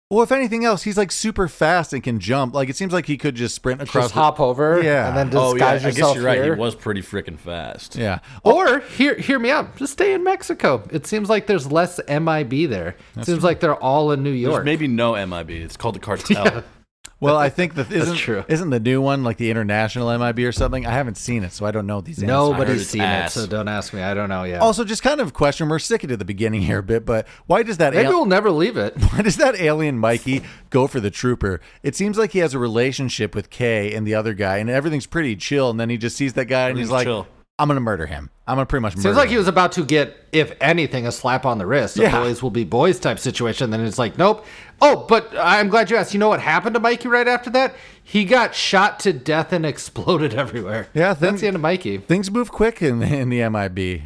Speaker 2: Well, if anything else, he's like super fast and can jump. Like it seems like he could just sprint across.
Speaker 4: Just
Speaker 2: the-
Speaker 4: hop over,
Speaker 2: Yeah.
Speaker 4: and then
Speaker 3: Oh yeah, I
Speaker 4: disguise
Speaker 3: guess
Speaker 4: yourself
Speaker 3: you're right.
Speaker 4: here.
Speaker 3: He was pretty freaking fast.
Speaker 2: yeah.
Speaker 4: Or hear hear me out. Just stay in Mexico. It seems like there's less MIB there. It seems like they're all in New
Speaker 3: There's
Speaker 4: York.
Speaker 3: maybe no MIB. It's called the cartel. [LAUGHS]
Speaker 2: Well, I think
Speaker 4: [LAUGHS]
Speaker 2: that isn't
Speaker 4: true.
Speaker 2: isn't the new one like the international MIB or something. I haven't seen it, so I don't know these. answers.
Speaker 3: I heard
Speaker 4: Nobody's
Speaker 3: it's
Speaker 4: seen
Speaker 3: ass.
Speaker 4: it, so don't ask me. I don't know yet.
Speaker 2: Also, just kind of a question. We're sticking to the beginning here a bit, but why does that
Speaker 4: maybe
Speaker 2: al-
Speaker 4: we'll never leave it.
Speaker 2: [LAUGHS] why does that alien Mikey go for the trooper? It seems like he has a relationship with Kay and the other guy, and everything's pretty chill. And then he just sees that guy, and he's
Speaker 3: Everything's
Speaker 2: like,
Speaker 3: chill.
Speaker 2: "I'm gonna murder him. I'm gonna pretty much murder."
Speaker 4: Seems like he
Speaker 2: him."
Speaker 4: was about to get, if anything, a slap on the wrist. A
Speaker 2: Yeah.
Speaker 4: boys will be boys type situation. Then it's like, nope. Oh, but I'm glad you asked. You know what happened to Mikey right after that? He got shot to death and [LAUGHS] exploded everywhere.
Speaker 2: Yeah, then-
Speaker 4: that's the end of Mikey.
Speaker 2: Things move quick in in the MIB.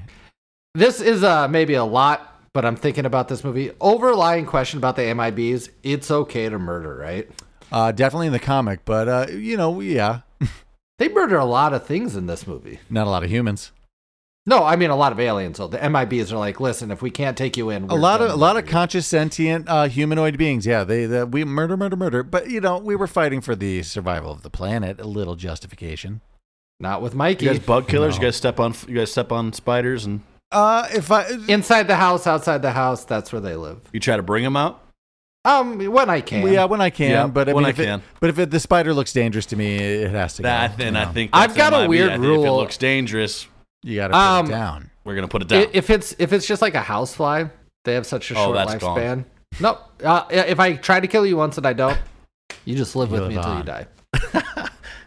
Speaker 4: This is uh, maybe a lot, but I'm thinking about this movie. Overlying question about the MIBs. It's okay to murder, right?
Speaker 2: Uh, definitely in the comic, but uh, you know, yeah,
Speaker 4: They murder a lot of things in this movie.
Speaker 2: not a lot of humans.
Speaker 4: No, I mean a lot of aliens. So the MIBs are like, listen, if we can't take you in,
Speaker 2: A
Speaker 4: we're
Speaker 2: lot of
Speaker 4: done
Speaker 2: a lot of
Speaker 4: murdering
Speaker 2: conscious sentient uh, humanoid beings. Yeah, they, they we murder, murder, murder. But you know, we were fighting for the survival of the planet. A little justification.
Speaker 4: you." not with Mikey.
Speaker 3: You guys bug killers.
Speaker 2: No.
Speaker 3: You guys step on. You guys step on spiders, and
Speaker 2: Uh, if I
Speaker 4: Inside the house, outside the house, that's where they live.
Speaker 3: you try to bring them out.
Speaker 4: Um, when I can.
Speaker 2: Well, yeah, when I can,
Speaker 3: Yeah,
Speaker 2: but I
Speaker 3: when
Speaker 2: mean,
Speaker 3: I
Speaker 2: if it-
Speaker 3: can.
Speaker 2: but if it, the spider looks dangerous to me, it has to
Speaker 3: That
Speaker 2: go.
Speaker 3: and
Speaker 2: you
Speaker 3: I
Speaker 2: know.
Speaker 3: think
Speaker 4: I've
Speaker 3: that's
Speaker 4: got a
Speaker 3: MIB. I
Speaker 4: weird
Speaker 3: think If it
Speaker 4: rule.
Speaker 3: looks dangerous,
Speaker 2: you got to put
Speaker 4: Um,
Speaker 3: [LAUGHS]
Speaker 2: it down.
Speaker 3: we're gonna put it down.
Speaker 4: I- if it's if it's just like a house fly, they have such a
Speaker 3: Oh,
Speaker 4: short
Speaker 3: that's
Speaker 4: lifespan. No, uh, if I try to kill you once and I don't, you just live
Speaker 2: You
Speaker 4: with
Speaker 2: live
Speaker 4: me until
Speaker 2: on.
Speaker 4: you die.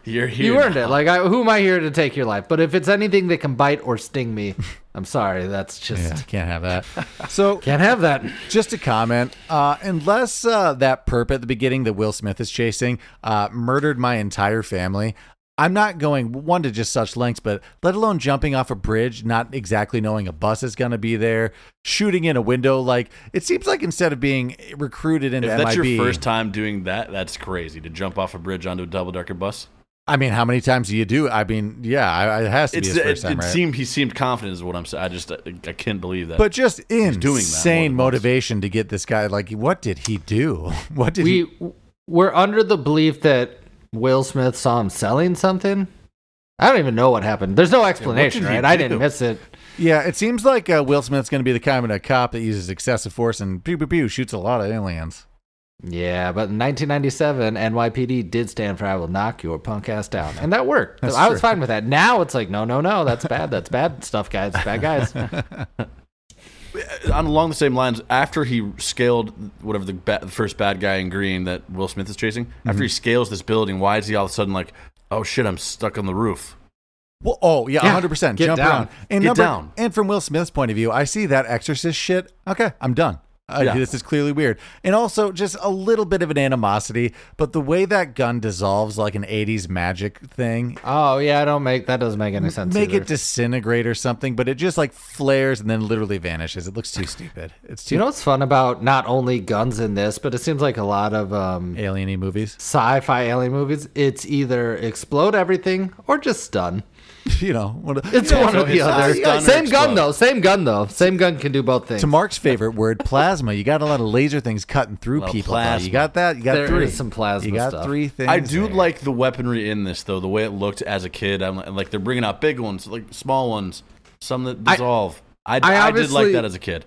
Speaker 3: You're here.
Speaker 4: You earned it.
Speaker 3: now.
Speaker 4: Like, I, who am I here to take your life? But if it's anything that can bite or sting
Speaker 3: [LAUGHS]
Speaker 4: me, I'm sorry. That's just
Speaker 2: Yeah, can't have that. So,
Speaker 4: can't have that.
Speaker 2: just a comment. Uh, unless uh, that perp at the beginning that Will Smith is chasing uh, murdered my entire family, I'm not going one to just such lengths. But let alone jumping off a bridge, not exactly knowing a bus is going to be there, shooting in a window. Like it seems like instead of being recruited into
Speaker 3: If that's
Speaker 2: MIB,
Speaker 3: your first time doing that, that's crazy to jump off a bridge onto a double decker bus.
Speaker 2: I mean, how many times do you do? it? I mean, yeah, I, it has to
Speaker 3: It's
Speaker 2: be his
Speaker 3: it,
Speaker 2: first time,
Speaker 3: it
Speaker 2: right?
Speaker 3: seemed he seemed confident is what I'm saying. I just I, I can't believe that.
Speaker 2: But just
Speaker 3: doing that more
Speaker 2: insane
Speaker 3: than once.
Speaker 2: motivation to get this guy. Like, what did he do? [LAUGHS] What did he?
Speaker 4: We we're under the belief that Will Smith saw him selling something. I don't even know what happened. There's no explanation,
Speaker 3: he
Speaker 4: right? I
Speaker 3: do?
Speaker 4: didn't miss it.
Speaker 2: Yeah, it seems like uh, Will Smith's going to be the kind of a cop that uses excessive force and pew pew pew shoots a lot of aliens.
Speaker 4: Yeah, but in 1997, NYPD did stand for "I will knock your punk ass down," and that worked.
Speaker 2: That's
Speaker 4: I was
Speaker 2: true.
Speaker 4: fine with that. Now it's like, no, no, no, that's bad. That's bad stuff, guys. Bad
Speaker 2: [LAUGHS]
Speaker 4: guys.
Speaker 3: on along the same lines, after he scaled whatever the, ba- the first bad guy in green that Will Smith is chasing,
Speaker 4: Mm-hmm.
Speaker 3: after he scales this building, why is he all of a sudden like, oh shit, I'm stuck on the roof?
Speaker 2: Well, oh yeah,
Speaker 4: Yeah,
Speaker 2: hundred percent.
Speaker 4: get
Speaker 2: Jump
Speaker 4: down.
Speaker 2: around and
Speaker 3: Get
Speaker 2: number-
Speaker 3: down.
Speaker 2: And from Will Smith's point of view, I see that Exorcist shit. Okay, I'm done. Uh,
Speaker 3: Yeah.
Speaker 2: This is clearly weird. And also just a little bit of an animosity, but the way that gun dissolves like an 80s magic thing,
Speaker 4: Oh yeah, I don't make that doesn't make any sense.
Speaker 2: make
Speaker 4: either.
Speaker 2: it disintegrate or something, but it just like flares and then literally vanishes. It looks too stupid. It's
Speaker 4: you
Speaker 2: too
Speaker 4: know what's fun about not only guns in this, but it seems like a lot of um,
Speaker 2: alien movies. [LAUGHS]
Speaker 4: sci-fi alien movies. It's either explode everything or just stun.
Speaker 2: you know, one of,
Speaker 4: It's
Speaker 2: Yeah,
Speaker 4: one
Speaker 2: so
Speaker 4: or the
Speaker 2: it's-
Speaker 4: other.
Speaker 3: either stun or
Speaker 4: Same gun
Speaker 3: explode.
Speaker 4: though. Same gun though. Same gun can do both things.
Speaker 2: To Mark's favorite word, plasma. You got a lot of laser things cutting through
Speaker 3: Well,
Speaker 2: people. though.
Speaker 3: plasma.
Speaker 2: You got that. You got
Speaker 4: There is
Speaker 2: three.
Speaker 4: some plasma
Speaker 2: You got
Speaker 4: stuff.
Speaker 2: three things.
Speaker 3: I do
Speaker 2: there.
Speaker 3: like the weaponry in this though. The way it looked as a kid, I'm like, like they're bringing out big ones, like small ones, some that
Speaker 4: I-
Speaker 3: dissolve. I,
Speaker 4: I
Speaker 3: I, did like
Speaker 4: obviously-
Speaker 3: that as a kid.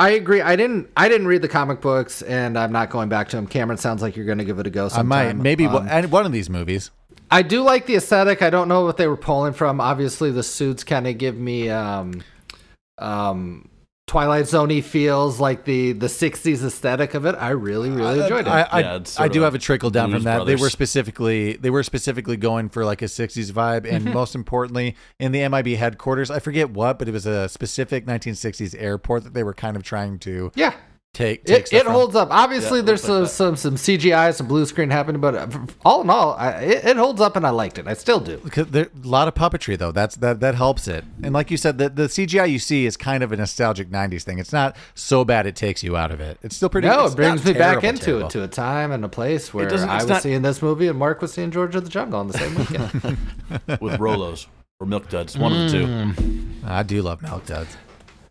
Speaker 4: I agree. I didn't. I didn't read the comic books, and I'm not going back to them. Cameron sounds like you're going to give it a go.
Speaker 2: I
Speaker 4: Sometime.
Speaker 2: might maybe
Speaker 4: Um,
Speaker 2: one and one of these movies.
Speaker 4: I do like the aesthetic. I don't know what they were pulling from. Obviously, the suits kind of give me um, um, Twilight Zoney feels like the the '60s aesthetic of it. I really, really enjoyed it.
Speaker 2: Uh, I, I,
Speaker 3: Yeah, it's
Speaker 2: I
Speaker 3: sort
Speaker 2: do
Speaker 3: of
Speaker 2: have a trickle down
Speaker 3: Blues
Speaker 2: from that. They were
Speaker 3: Brothers.
Speaker 2: specifically they were specifically going for like a '60s
Speaker 4: [LAUGHS]
Speaker 2: vibe, and most importantly, in the MIB headquarters, I forget what, but it was a specific 1960s airport that they were kind of trying to
Speaker 4: yeah,
Speaker 2: take. take
Speaker 4: it,
Speaker 2: stuff
Speaker 4: it
Speaker 2: from.
Speaker 4: holds up. Obviously,
Speaker 3: Yeah, it
Speaker 4: there's some,
Speaker 3: looks
Speaker 4: some some CGI, some blue screen happening, but uh, all in all, I, it, it holds up, and I liked it. I still do.
Speaker 2: Because there a lot of puppetry though. That's that that helps it. And like you said, the, the CGI you see is kind of a nostalgic '90s thing. It's not so bad it takes you out of it. It's still pretty.
Speaker 4: No,
Speaker 2: it's
Speaker 4: it brings
Speaker 2: not
Speaker 4: me back
Speaker 2: terrible,
Speaker 4: into
Speaker 2: terrible.
Speaker 4: it to a time and a place where
Speaker 3: doesn't-
Speaker 4: I
Speaker 3: it's
Speaker 4: was
Speaker 3: not-
Speaker 4: seeing this movie and Mark was seeing George of the Jungle on the same weekend.
Speaker 3: with
Speaker 4: [LAUGHS]
Speaker 3: Rolos or Milk Duds, one of the
Speaker 4: Mm.
Speaker 3: two.
Speaker 2: I do love milk duds.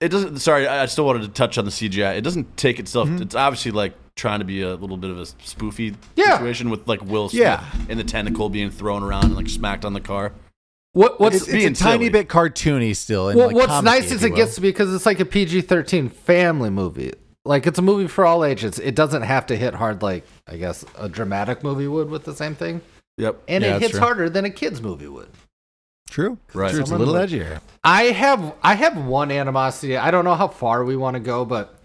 Speaker 3: It doesn't. Sorry, I I still wanted to touch on the CGI. It doesn't take itself.
Speaker 2: Mm-hmm.
Speaker 3: It's obviously like trying to be a little bit of a spoofy
Speaker 4: Yeah.
Speaker 3: situation with like Will Smith
Speaker 2: Yeah.
Speaker 3: and the tentacle being thrown around and like smacked on the car.
Speaker 4: [LAUGHS] what what's
Speaker 2: It's, it's a
Speaker 3: being
Speaker 2: tiny
Speaker 3: silly.
Speaker 2: bit cartoony still. And
Speaker 4: well,
Speaker 2: like
Speaker 4: what's
Speaker 2: comic-y,
Speaker 4: nice
Speaker 2: if
Speaker 4: is
Speaker 2: you
Speaker 4: it
Speaker 2: will.
Speaker 4: gets to be because it's like a PG thirteen family movie. Like it's a movie for all ages. It doesn't have to hit hard like I guess a dramatic movie would with the same thing,
Speaker 3: Yep.
Speaker 4: and
Speaker 2: Yeah,
Speaker 4: it
Speaker 2: that's
Speaker 4: hits
Speaker 2: true.
Speaker 4: harder than a kids movie would.
Speaker 2: true.
Speaker 3: Right.
Speaker 2: True, it's a
Speaker 4: Someone
Speaker 2: little
Speaker 4: would-
Speaker 2: edgier.
Speaker 4: I have I have one animosity. I don't know how far we want to go, but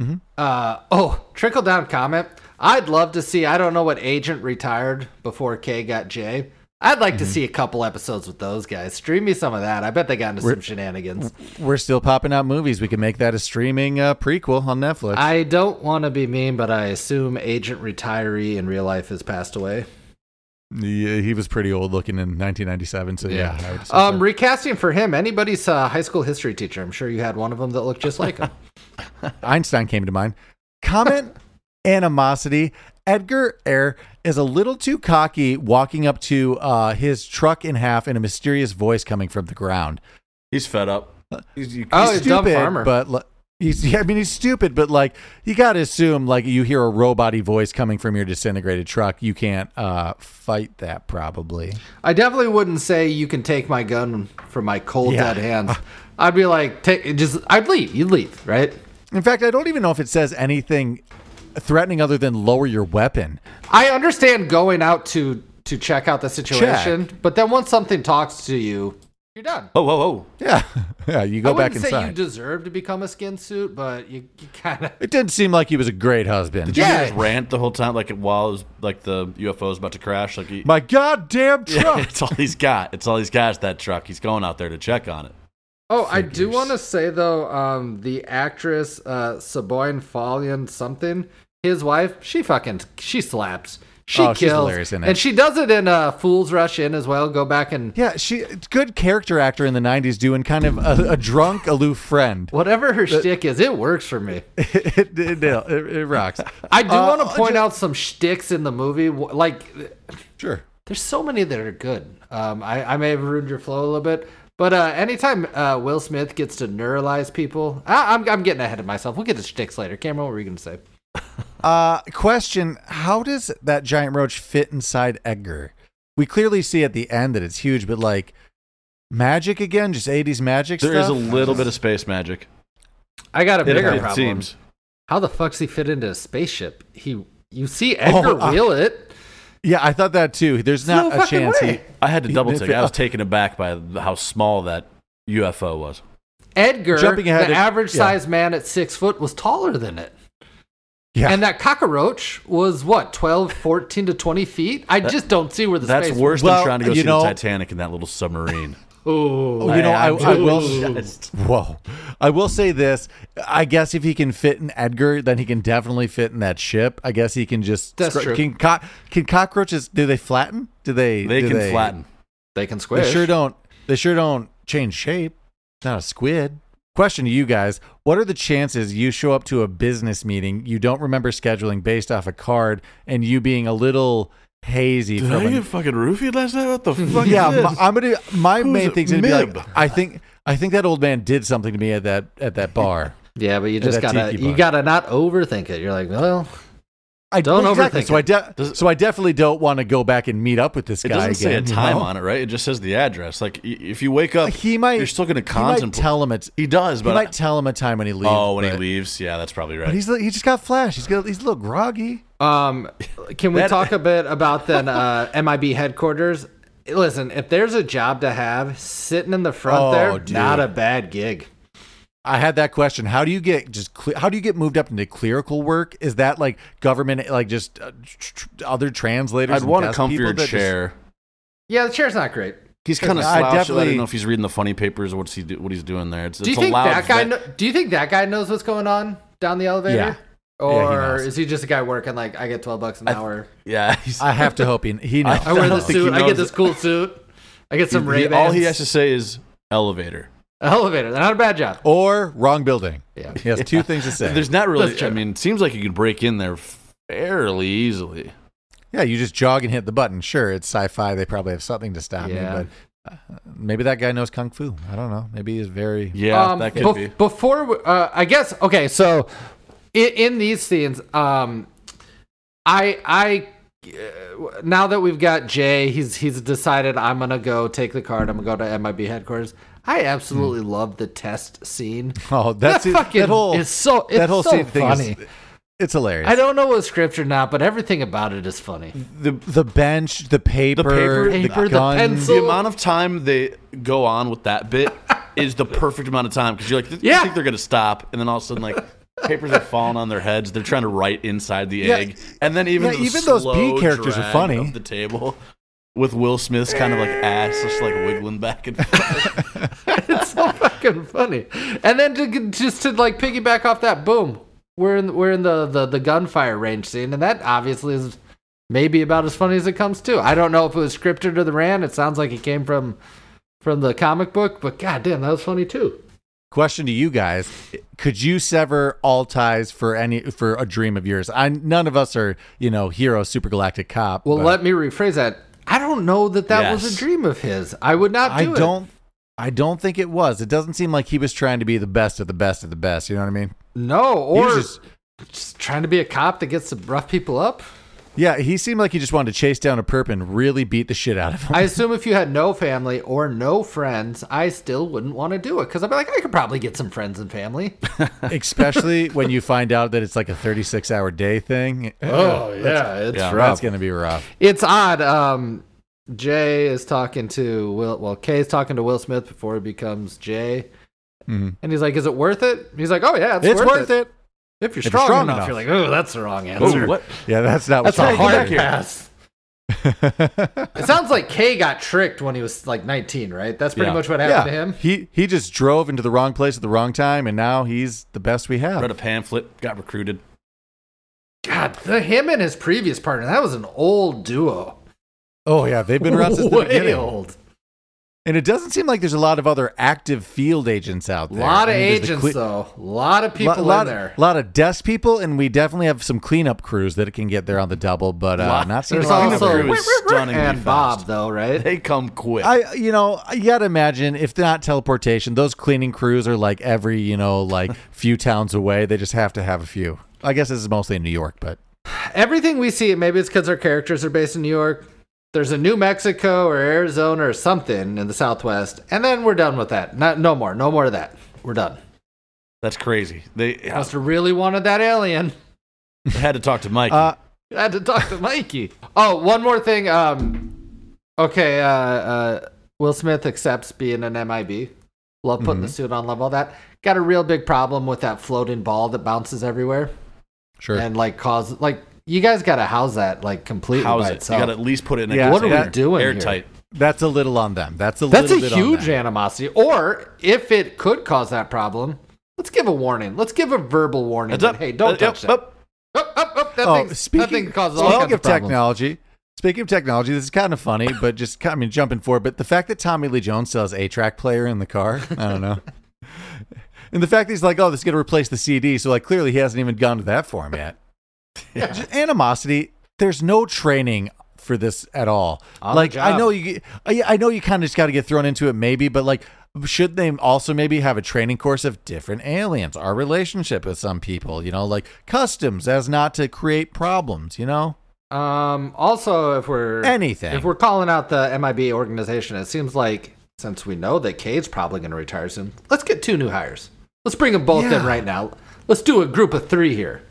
Speaker 2: Mhm.
Speaker 4: uh, oh, trickle down comment. I'd love to see. I don't know what agent retired before K got J. I'd like
Speaker 2: Mm-hmm.
Speaker 4: to see a couple episodes with those guys. Stream me some of that. I bet they got into some shenanigans.
Speaker 2: We're still popping out movies. We can make that a streaming uh, prequel on Netflix.
Speaker 4: I don't want to be mean, but I assume agent retiree in real life has passed away.
Speaker 2: yeah, he was pretty old looking in 1997. So yeah, I would assume
Speaker 4: Um,
Speaker 2: so.
Speaker 4: recasting for him. Anybody's uh, high school history teacher. I'm sure you had one of them that looked just like him.
Speaker 2: Einstein came to mind. Comment animosity. Edgar Air is a little too cocky walking up to uh, his truck in half in a mysterious voice coming from the ground.
Speaker 3: He's fed up. He's, you,
Speaker 4: Oh,
Speaker 2: He's
Speaker 4: he's a dumb farmer.
Speaker 2: but li- he's yeah, I mean he's stupid, but like you got to assume like you hear a robot voice coming from your disintegrated truck, you can't uh, fight that probably.
Speaker 4: I definitely wouldn't say you can take my gun from my cold
Speaker 2: Yeah.
Speaker 4: dead hands.
Speaker 2: [LAUGHS]
Speaker 4: I'd be like, take just I'd leave. You'd leave, right?
Speaker 2: In fact, I don't even know if it says anything threatening other than lower your weapon.
Speaker 4: I understand going out to to check out the situation, but then once something talks to you, you're done.
Speaker 3: oh, oh, oh.
Speaker 2: Yeah, [LAUGHS] yeah, you go
Speaker 4: I wouldn't
Speaker 2: back
Speaker 4: say
Speaker 2: inside.
Speaker 4: you deserve to become a skin suit, but you, you
Speaker 2: [LAUGHS]
Speaker 4: kind of
Speaker 2: it didn't seem like he was a great husband.
Speaker 3: Did you
Speaker 4: Yeah.
Speaker 3: hear his rant the whole time? Like while it was, like the UFO is about to crash. Like he, [LAUGHS]
Speaker 2: My goddamn truck.
Speaker 3: it's all he's got. It's all he's got is that truck. He's going out there to check on it.
Speaker 4: Oh, I do want to say though, um, the actress uh, Saboyne Falyan something, his wife, she fucking she slaps, she
Speaker 2: Oh,
Speaker 4: kills,
Speaker 2: she's hilarious in it.
Speaker 4: and she does it in uh, Fools Rush In as well. Go back and
Speaker 2: [LAUGHS] yeah, she good character actor in the '90s, doing kind of a, a drunk, aloof friend.
Speaker 4: whatever her shtick is, it works for me.
Speaker 2: [LAUGHS] it, it, no, it, it rocks.
Speaker 4: I do
Speaker 2: Uh,
Speaker 4: want to point out some shticks in the movie. wh- Like,
Speaker 2: Sure.
Speaker 4: there's so many that are good. Um, I, I may have ruined your flow a little bit, but uh, anytime uh, Will Smith gets to neuralize people, I, I'm, I'm getting ahead of myself. We'll get to shticks later. Cameron, what were you going to say?
Speaker 2: Uh, question: How does that giant roach fit inside Edgar? We clearly see at the end that it's huge, but like magic again, just '80s magic.
Speaker 3: There is
Speaker 2: stuff?
Speaker 3: a little bit of space magic.
Speaker 4: I got a
Speaker 3: It,
Speaker 4: bigger
Speaker 3: it
Speaker 4: problem.
Speaker 3: seems.
Speaker 4: How the fuck's he fit into a spaceship? He, you see Edgar
Speaker 2: Oh, I-
Speaker 4: wheel it.
Speaker 2: Yeah, I thought that too. There's
Speaker 4: No
Speaker 2: not a
Speaker 4: fucking
Speaker 2: chance.
Speaker 4: way.
Speaker 3: I had to
Speaker 2: He-
Speaker 3: double
Speaker 2: if
Speaker 3: take.
Speaker 2: it-
Speaker 3: I was taken aback by how small that UFO was.
Speaker 4: Edgar,
Speaker 2: Jumping ahead
Speaker 4: the
Speaker 2: of-
Speaker 4: average
Speaker 2: yeah.
Speaker 4: sized man at six foot, was taller than it.
Speaker 2: He, yeah,
Speaker 4: And that cockroach was what, 12, 14 to 20 feet? I just don't see where the
Speaker 3: That's
Speaker 4: space
Speaker 3: worse
Speaker 2: Well,
Speaker 3: than trying to go
Speaker 2: you
Speaker 3: see
Speaker 2: know-
Speaker 3: the Titanic in that little submarine.
Speaker 4: Oh,
Speaker 2: [LAUGHS] you know, I,
Speaker 3: I'm
Speaker 2: I will.
Speaker 3: [LAUGHS] just-
Speaker 2: Whoa, I will say this. I guess if he can fit in Edgar, then he can definitely fit in that ship. I guess he can just.
Speaker 4: That's
Speaker 2: scr-
Speaker 4: true.
Speaker 2: Can, co- can cockroaches? Do they flatten? Do they?
Speaker 3: They
Speaker 2: do
Speaker 3: can flatten.
Speaker 4: they can squish.
Speaker 2: They sure don't. They sure don't change shape. It's not a squid. Question to you guys: What are the chances you show up to a business meeting you don't remember scheduling based off a card and you being a little hazy
Speaker 3: Did
Speaker 2: from
Speaker 3: I
Speaker 2: an
Speaker 3: get fucking roofied last night? What the fuck?
Speaker 2: [LAUGHS] yeah,
Speaker 3: is this?
Speaker 2: my, I'm gonna. My
Speaker 3: Who's
Speaker 2: main
Speaker 3: it?
Speaker 2: thing's gonna be
Speaker 3: Mib.
Speaker 2: like, I think, I think that old man did something to me at that at that bar.
Speaker 4: Yeah, but you just
Speaker 2: that
Speaker 4: gotta
Speaker 2: tiki
Speaker 4: you
Speaker 2: bar.
Speaker 4: gotta not overthink it. You're like, well,
Speaker 2: I
Speaker 4: Don't overthink
Speaker 2: So I, de- so I definitely don't want to go back and meet up with this
Speaker 3: It
Speaker 2: guy
Speaker 3: doesn't
Speaker 2: again.
Speaker 3: say a time
Speaker 2: you know?
Speaker 3: on it, right? It just says the address. Like y- if you wake up,
Speaker 2: He might.
Speaker 3: You're still gonna
Speaker 2: he might
Speaker 3: contemplate.
Speaker 2: tell him it's.
Speaker 3: he does,
Speaker 2: He
Speaker 3: but
Speaker 2: might tell him a time when he leaves.
Speaker 3: oh, when he
Speaker 2: but-
Speaker 3: leaves, yeah, that's probably right.
Speaker 2: But he's he just got flash. He's got he's a little groggy.
Speaker 4: um, can we
Speaker 3: That-
Speaker 4: talk a bit about then uh, MIB headquarters? Listen, if there's a job to have sitting in the front
Speaker 2: Oh,
Speaker 4: there,
Speaker 2: dude.
Speaker 4: not a bad gig.
Speaker 2: I had that question. How do you get just cle- how do you get moved up into clerical work? Is that like government like just uh, tr- tr- other translators?
Speaker 3: I'd
Speaker 2: and
Speaker 3: want a
Speaker 2: desk people
Speaker 3: comfier
Speaker 2: that just-
Speaker 3: chair.
Speaker 4: Yeah, the chair's not great.
Speaker 3: He's kind of
Speaker 2: I
Speaker 3: slouchy. I
Speaker 2: definitely-
Speaker 3: don't know if he's reading the funny papers or what's he do, what he's doing there. It's,
Speaker 4: Do you
Speaker 3: it's a
Speaker 4: think
Speaker 3: loud
Speaker 4: that guy?
Speaker 3: vent.
Speaker 4: kno- do you think that guy knows what's going on down the elevator?
Speaker 2: Yeah.
Speaker 4: Or
Speaker 2: Yeah, he knows.
Speaker 4: is he just a guy working like I get twelve bucks an hour?
Speaker 3: yeah, he's,
Speaker 2: I have [LAUGHS] to hope he, he knows.
Speaker 4: I wear
Speaker 3: don't
Speaker 4: this
Speaker 3: think he
Speaker 4: suit. I
Speaker 3: knows
Speaker 4: get this cool suit. I get some
Speaker 3: he-
Speaker 4: Ray
Speaker 3: all he
Speaker 4: Bans.
Speaker 3: has to say is elevator.
Speaker 4: Elevator. Not a bad job.
Speaker 2: [LAUGHS] or wrong building.
Speaker 4: Yeah.
Speaker 2: He has two [LAUGHS] things to say.
Speaker 3: There's not really.
Speaker 4: That's true.
Speaker 3: I mean, it seems like you could break in there fairly easily.
Speaker 2: yeah, you just jog and hit the button. Sure, it's sci-fi. They probably have something to stop
Speaker 4: Yeah.
Speaker 2: me, but uh, maybe that guy knows kung fu. I don't know. Maybe he's very.
Speaker 3: Yeah,
Speaker 4: Um,
Speaker 3: that could
Speaker 4: bef-
Speaker 3: be.
Speaker 4: Before, we- uh, I guess. Okay, so in, in these scenes, um, I, I, uh, now that we've got Jay, he's he's decided I'm gonna go take the card. I'm gonna go to MIB headquarters. I absolutely
Speaker 3: Hmm.
Speaker 4: love the test
Speaker 3: [LAUGHS]
Speaker 4: scene.
Speaker 2: [LAUGHS] Oh, that's
Speaker 4: that
Speaker 2: it.
Speaker 4: fucking
Speaker 2: that whole
Speaker 4: is so. It's
Speaker 2: that whole
Speaker 4: so
Speaker 2: scene thing.
Speaker 4: funny.
Speaker 2: Is, it's hilarious.
Speaker 4: I don't know what script or not, but everything about it is funny.
Speaker 2: the the bench, the paper, the,
Speaker 3: paper,
Speaker 4: Paper, the
Speaker 2: gun.
Speaker 4: pencil.
Speaker 3: the amount of time they go on with that
Speaker 2: [LAUGHS]
Speaker 3: bit is the perfect amount of time because you're like, you
Speaker 4: Yeah.
Speaker 3: think they're gonna stop, and then all of a sudden,
Speaker 2: [LAUGHS]
Speaker 3: like, papers are falling on their heads. They're trying to write inside the
Speaker 2: Yeah.
Speaker 3: egg, and then even
Speaker 2: Yeah,
Speaker 3: the
Speaker 2: even those
Speaker 3: slow
Speaker 2: B characters are
Speaker 3: drag
Speaker 2: funny.
Speaker 3: of The table with Will Smith's kind of like ass just like wiggling back and
Speaker 2: [LAUGHS]
Speaker 3: forth.
Speaker 4: it's so fucking funny. And then to, just to like piggyback off that, boom, we're in we're in the, the the gunfire range scene, and that obviously is maybe about as funny as it comes too. I don't know if it was scripted or the rant. It sounds like it came from from the comic book, but goddamn, that was funny too.
Speaker 2: Question to you guys: Could you sever all ties for any for a dream of yours? I none of us are you know hero super galactic cop.
Speaker 4: Well,
Speaker 2: but
Speaker 4: let me rephrase that. I don't know that that was
Speaker 3: Yes.
Speaker 4: a dream of his. I would not
Speaker 2: I
Speaker 4: do it.
Speaker 2: don't. I don't think it was. It doesn't seem like he was trying to be the best of the best of the best. You know what I mean?
Speaker 4: No,
Speaker 2: He
Speaker 4: or
Speaker 2: was
Speaker 4: just,
Speaker 2: just-
Speaker 4: trying to be a cop that gets to rough people up.
Speaker 2: yeah, he seemed like he just wanted to chase down a perp and really beat the shit out
Speaker 4: [LAUGHS]
Speaker 2: of him.
Speaker 4: I assume if you had no family or no friends, I still wouldn't want to do it because I'd be like, I could probably get some friends and [LAUGHS] family.
Speaker 2: Especially when you find out that it's like a 36 hour day thing.
Speaker 4: Oh yeah, it's
Speaker 3: yeah,
Speaker 2: That's going to be rough.
Speaker 4: It's odd. Um, Jay is talking to Will. Well, Kay's talking to Will Smith before he becomes Jay,
Speaker 2: Mhm.
Speaker 4: and he's like, "Is it worth it?" He's like, "Oh yeah, it's,
Speaker 2: It's
Speaker 4: worth,
Speaker 2: worth
Speaker 4: it. If you're strong,
Speaker 2: strong
Speaker 4: enough,
Speaker 2: enough.
Speaker 4: You're like, "Oh, that's the wrong answer.
Speaker 3: Ooh, what?
Speaker 2: Yeah, that's not
Speaker 4: that's
Speaker 2: what
Speaker 4: a
Speaker 2: you
Speaker 4: hard
Speaker 2: want to
Speaker 4: pass."
Speaker 2: [LAUGHS] do.
Speaker 4: It sounds like Kay got tricked when he was like 19, right? That's pretty
Speaker 3: Yeah.
Speaker 4: much what
Speaker 2: yeah.
Speaker 4: happened to him.
Speaker 2: He, he just drove into the wrong place at the wrong time, and now he's the best we have.
Speaker 3: Read a pamphlet, got recruited.
Speaker 4: God, the, him and his previous partner, that was an old duo.
Speaker 2: Oh, yeah. They've been around since the
Speaker 4: Way
Speaker 2: beginning.
Speaker 4: old.
Speaker 2: And it doesn't seem like there's a lot of other active field agents out
Speaker 4: A
Speaker 2: there.
Speaker 4: lot of
Speaker 2: I mean, there's the
Speaker 4: agents,
Speaker 2: cle-
Speaker 4: though. A lot of people
Speaker 2: lot, lot
Speaker 4: in there.
Speaker 2: Of, lot of desk people, and we definitely have some cleanup crews that can get there on the double, but uh,
Speaker 3: Lot-
Speaker 2: not so
Speaker 4: There's
Speaker 3: a lot of
Speaker 4: also
Speaker 3: crew is stunningly
Speaker 4: and Bob,
Speaker 3: fast.
Speaker 4: though, right?
Speaker 3: They come quick.
Speaker 2: I, you know, you gotta imagine if not teleportation, those cleaning crews are like every, you
Speaker 4: [LAUGHS]
Speaker 2: know, like few towns away. They just have to have a few. I guess this is mostly in New York, but
Speaker 4: Everything we see, maybe it's because our characters are based in New York. There's a New Mexico or Arizona or something in the Southwest, and then we're done with that. Not, no more, no more of that. We're done.
Speaker 3: That's crazy. They
Speaker 4: Must have really wanted that alien.
Speaker 3: I had to talk to Mike.
Speaker 2: uh,
Speaker 4: [LAUGHS] I had to talk to Mikey. Oh, one more thing. Um, okay, uh, uh, Will Smith accepts being an MIB. Love putting the suit on, love all that. Got a real big problem with that floating ball that bounces everywhere
Speaker 2: sure.
Speaker 4: and like cause like you guys got to house that like completely
Speaker 3: House
Speaker 4: by
Speaker 3: it. You
Speaker 4: itself.
Speaker 3: got to at least put it in a
Speaker 2: Yeah,
Speaker 4: what are we
Speaker 2: that-
Speaker 4: doing? here?
Speaker 3: airtight.
Speaker 2: That's a little on them. That's a
Speaker 4: That's a
Speaker 2: little bit on
Speaker 4: huge
Speaker 2: them.
Speaker 4: animosity. Or if it could cause that problem, let's give a warning. Let's give a verbal warning.
Speaker 3: Heads
Speaker 4: that,
Speaker 3: up.
Speaker 4: Hey, don't
Speaker 3: Uh,
Speaker 4: touch
Speaker 3: yep,
Speaker 4: that.
Speaker 3: up.
Speaker 4: Up, up, up. That,
Speaker 2: Oh,
Speaker 4: thing's-
Speaker 2: speaking,
Speaker 4: that thing causes all
Speaker 2: speaking
Speaker 4: kinds
Speaker 2: of
Speaker 4: of problems.
Speaker 2: technology, speaking of technology, this is kind of funny, but just kind of jumping forward. But the fact that Tommy Lee Jones sells a track player in the car, I don't know. and the fact that he's like, oh, this is going to replace the CD. So, like, clearly he hasn't even gone to
Speaker 4: [LAUGHS]
Speaker 2: that form yet. Just animosity. There's no training for this at all.
Speaker 4: On the
Speaker 2: like, I
Speaker 4: job.
Speaker 2: know you, I, I know you kind of just got to get thrown into it, maybe, but like, should they also maybe have a training course of different aliens, our relationship with some people, you know, like customs as not to create problems, you know?
Speaker 4: Um, also, if we're
Speaker 2: Anything.
Speaker 4: if we're calling out the MIB organization, it seems like since we know that Cade's probably going to retire soon, let's get two new hires. Let's bring them both in
Speaker 2: Yeah.
Speaker 4: right now. Let's do a group of three here.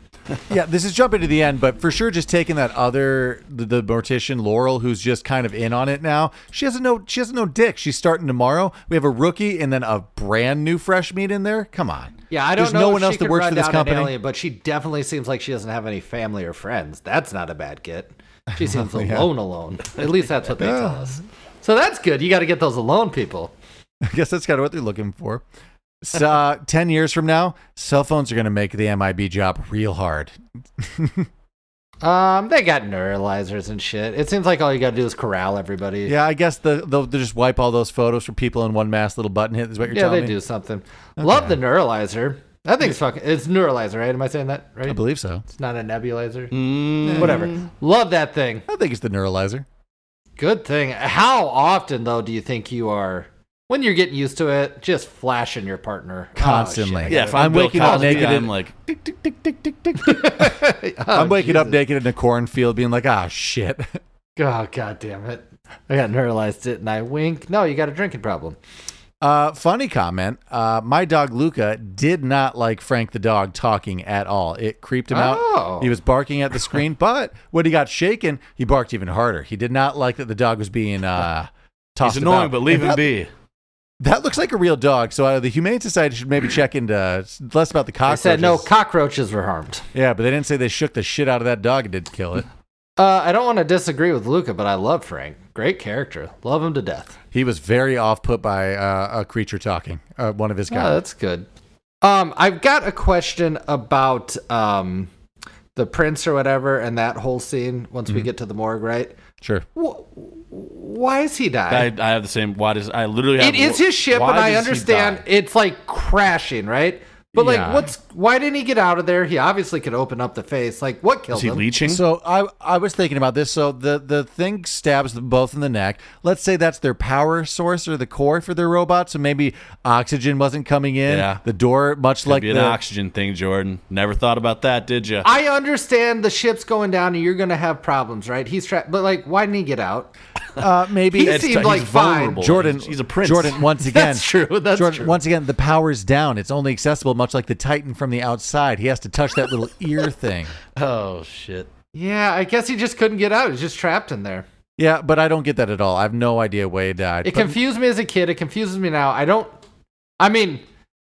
Speaker 2: yeah, this is jumping to the end, but for sure, just taking that other the, the mortician Laurel, who's just kind of in on it now. She has not no she has not no dick. She's starting tomorrow. We have a rookie and then a brand new fresh meat in there. Come on.
Speaker 4: Yeah, I don't
Speaker 2: There's
Speaker 4: know
Speaker 2: no
Speaker 4: if
Speaker 2: one
Speaker 4: she
Speaker 2: else that
Speaker 4: could
Speaker 2: works
Speaker 4: run
Speaker 2: for this
Speaker 4: down an
Speaker 2: company.
Speaker 4: alien, but she definitely seems like she doesn't have any family or friends. That's not a bad get. She [LAUGHS] seems alone, alone. At least that's what they tell us. So that's good. You got to get those alone people.
Speaker 2: [LAUGHS] I guess that's kind of what they're looking for. So, uh, [LAUGHS] ten years from now, cell phones are going to make the MIB job real hard. [LAUGHS]
Speaker 4: Um, they got neuralizers and shit. It seems like all you got to do is corral everybody.
Speaker 2: Yeah, I guess the, they'll, they'll just wipe all those photos for people in one mass little button hit. Is what you're
Speaker 4: yeah,
Speaker 2: telling
Speaker 4: they
Speaker 2: me?
Speaker 4: do something. Love the neuralizer. That thing's fucking. It's neuralizer, right? Am I saying that right?
Speaker 2: I believe so.
Speaker 4: it's not a nebulizer.
Speaker 2: Mm-hmm.
Speaker 3: Mm,
Speaker 4: Whatever. Love that thing.
Speaker 2: I think it's the neuralizer.
Speaker 4: Good thing. How often though do you think you are when you're getting used to it? Just flashing your partner Oh, shit,
Speaker 2: Constantly.
Speaker 4: I
Speaker 3: Yeah,
Speaker 4: get it. [LAUGHS]
Speaker 3: if I'm,
Speaker 2: I'm
Speaker 3: Bill
Speaker 2: waking up
Speaker 3: Cosby,
Speaker 2: naked
Speaker 3: I'm
Speaker 2: and-
Speaker 3: like,
Speaker 4: Oh,
Speaker 2: I'm waking up
Speaker 4: Jesus.
Speaker 2: naked in a cornfield, being like, "Ah, shit." [LAUGHS]
Speaker 4: Oh god damn it! I got neuralized, didn't I? Wink. No, you got a drinking problem.
Speaker 2: Uh, funny comment. Uh, my dog Luca did not like Frank the dog talking at all. It creeped him
Speaker 4: Oh.
Speaker 2: out. He was barking at
Speaker 3: [LAUGHS]
Speaker 2: the screen, but when he got shaken, he barked even harder. He did not like that the dog was
Speaker 3: [LAUGHS]
Speaker 2: being uh, tossed.
Speaker 3: he's annoying,
Speaker 2: about.
Speaker 3: but leave
Speaker 2: And
Speaker 3: him
Speaker 2: that,
Speaker 3: be.
Speaker 2: That looks like a real dog. So uh, the Humane Society should maybe check into it's less about the
Speaker 4: I
Speaker 2: cockroaches.
Speaker 4: said no. Cockroaches were harmed.
Speaker 2: yeah, but they didn't say they shook the shit out of that dog and did
Speaker 4: [LAUGHS]
Speaker 2: kill it.
Speaker 4: Uh, I don't want to disagree with Luca, but I love Frank. Great character. Love him to death.
Speaker 2: He was very off put by uh, a creature talking. Uh, one of his
Speaker 4: Yeah,
Speaker 2: guys.
Speaker 4: Oh, that's good. Um, I've got a question about um, the prince or whatever, and that whole scene. Once
Speaker 3: Mm-hmm.
Speaker 4: we get to the morgue, right?
Speaker 2: sure.
Speaker 4: Wh- why is he [LAUGHS]
Speaker 3: I,
Speaker 4: die?
Speaker 3: I have the same. Why does I literally? Have,
Speaker 4: It is his ship,
Speaker 3: why
Speaker 4: and I
Speaker 3: does he
Speaker 4: understand
Speaker 3: die?
Speaker 4: it's like crashing, right? But like,
Speaker 2: Yeah.
Speaker 4: what's why didn't he get out of there? He obviously could open up the face. Like, what killed
Speaker 3: Is he
Speaker 4: him?
Speaker 3: leeching?
Speaker 2: So I I was thinking about this. So the the thing stabs them both in the neck. Let's say that's their power source or the core for their robot. So maybe oxygen wasn't coming in.
Speaker 3: Yeah.
Speaker 2: The door, much
Speaker 3: Could
Speaker 2: like
Speaker 3: be
Speaker 2: the
Speaker 3: an oxygen thing, Jordan. Never thought about that, did you?
Speaker 4: I understand the ship's going down, and you're gonna have problems, right? He's trapped, but like, why didn't he get out?
Speaker 2: uh,
Speaker 3: [LAUGHS]
Speaker 2: maybe
Speaker 4: He
Speaker 2: it's-
Speaker 4: seemed like fine.
Speaker 2: Jordan.
Speaker 3: He's, he's a prince. [LAUGHS]
Speaker 2: Jordan once again.
Speaker 4: That's true. That's
Speaker 2: Jordan,
Speaker 4: true.
Speaker 2: Once again, the power's down. It's only accessible, much like the Titan from the outside. He has to touch that little
Speaker 3: [LAUGHS]
Speaker 2: ear thing.
Speaker 4: [LAUGHS]
Speaker 3: Oh shit.
Speaker 4: Yeah, I guess he just couldn't get out. He's just trapped in there.
Speaker 2: Yeah, but I don't get that at all. I have no idea why he died.
Speaker 4: It
Speaker 2: But
Speaker 4: confused me as a kid. It confuses me now. I don't. I mean,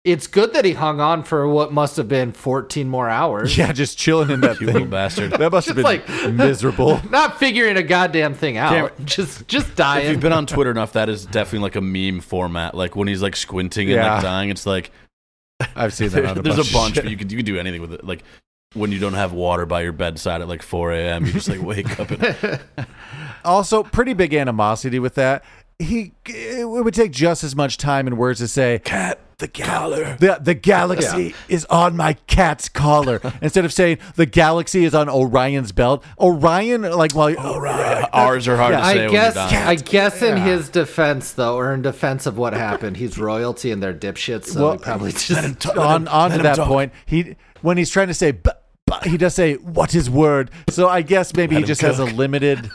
Speaker 4: it's good that he hung on for what must have been 14 more hours.
Speaker 2: [LAUGHS] yeah, just chilling in that
Speaker 3: [LAUGHS] You little
Speaker 2: thing.
Speaker 3: bastard.
Speaker 2: That must have been
Speaker 4: Just like-
Speaker 3: [LAUGHS]
Speaker 2: miserable.
Speaker 4: Not figuring a goddamn thing out. Just, just
Speaker 3: If you've
Speaker 4: dying.
Speaker 3: been on Twitter enough, that is definitely like a meme format. Like when he's like squinting and
Speaker 2: Yeah.
Speaker 3: like dying, it's like
Speaker 2: I've seen that.
Speaker 3: there-
Speaker 2: on
Speaker 3: [LAUGHS]
Speaker 2: a
Speaker 3: there's
Speaker 2: bunch
Speaker 3: a bunch,
Speaker 2: Of shit.
Speaker 3: but you could you could do anything with it. Like when you don't have water by your bedside at like 4 a.m., you just like wake up and
Speaker 2: also pretty big animosity with that. He it would take just as much time and words to say
Speaker 3: cat the collar.
Speaker 2: the the galaxy is on my
Speaker 3: [LAUGHS]
Speaker 2: cat's collar instead of saying the galaxy is on Orion's belt. Orion like uh, well
Speaker 3: R's are hard to say
Speaker 4: I
Speaker 3: when
Speaker 4: guess.
Speaker 3: you're dying.
Speaker 4: I guess in his defense, though, or in defense of what happened, he's royalty and they're dipshits, so
Speaker 2: Well,
Speaker 4: he
Speaker 3: [LAUGHS]
Speaker 4: probably just.
Speaker 2: on on to that point he when he's trying to say b- b- he does say what is word. So I guess maybe he
Speaker 3: him
Speaker 2: just has a
Speaker 3: cook.
Speaker 2: limited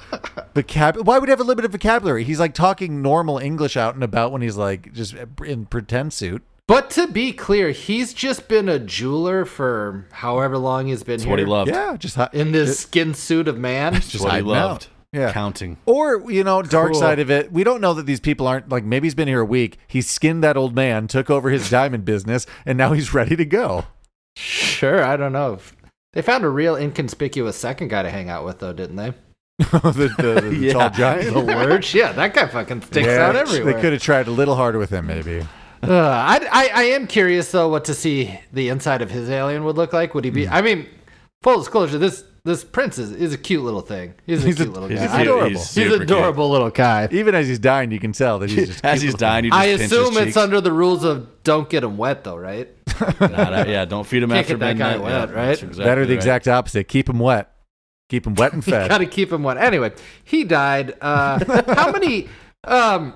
Speaker 2: vocabulary. Why would he have a limited vocabulary? He's like talking normal English out and about when he's like just in pretend suit.
Speaker 4: But to be clear, he's just been a jeweler for however long he's been
Speaker 3: That's
Speaker 4: here.
Speaker 3: what he loved.
Speaker 2: Yeah, just hi-
Speaker 4: In this skin suit of
Speaker 3: [LAUGHS]
Speaker 4: man.
Speaker 3: That's what he
Speaker 2: hiding out.
Speaker 3: loved.
Speaker 2: Yeah.
Speaker 3: Counting.
Speaker 2: Or, you know, dark
Speaker 4: Cool.
Speaker 2: side of it, we don't know that these people aren't like maybe he's been here a week. He skinned that old man, took over his diamond business, and now he's ready to go. [LAUGHS]
Speaker 4: Sure, I don't know. They found a real inconspicuous second guy to hang out with, though, didn't they?
Speaker 2: the the, the
Speaker 3: [LAUGHS] Yeah.
Speaker 2: tall giant.
Speaker 4: The Lurch? Yeah, that guy fucking sticks
Speaker 2: Yeah,
Speaker 4: out everywhere.
Speaker 2: They could have tried a little harder with him, maybe.
Speaker 4: Uh, I, I I am curious though what to see the inside of his alien would look like. Would he be? I mean, full disclosure, this this prince is, is a cute little thing. He's a
Speaker 2: He's a-
Speaker 4: cute little
Speaker 3: He's
Speaker 4: guy.
Speaker 3: a-
Speaker 4: I don't-
Speaker 2: adorable.
Speaker 4: He's, an
Speaker 3: super cute.
Speaker 4: adorable little guy.
Speaker 2: Even as he's dying, you can tell that
Speaker 3: [LAUGHS]
Speaker 2: he's just.
Speaker 3: As he's dying, he just
Speaker 4: I
Speaker 3: pinches
Speaker 4: assume it's
Speaker 3: cheeks.
Speaker 4: under the rules of don't get him wet though, right?
Speaker 3: Nah, that- yeah, don't feed him
Speaker 4: Can't
Speaker 3: after
Speaker 4: get that guy
Speaker 3: midnight.
Speaker 4: wet,
Speaker 3: Yeah,
Speaker 4: right?
Speaker 3: that's exactly
Speaker 2: that or the
Speaker 3: right.
Speaker 2: exact opposite. Keep him wet. Keep him wet and fed.
Speaker 4: Got to keep him wet. Anyway, he died. Uh, how many? Um,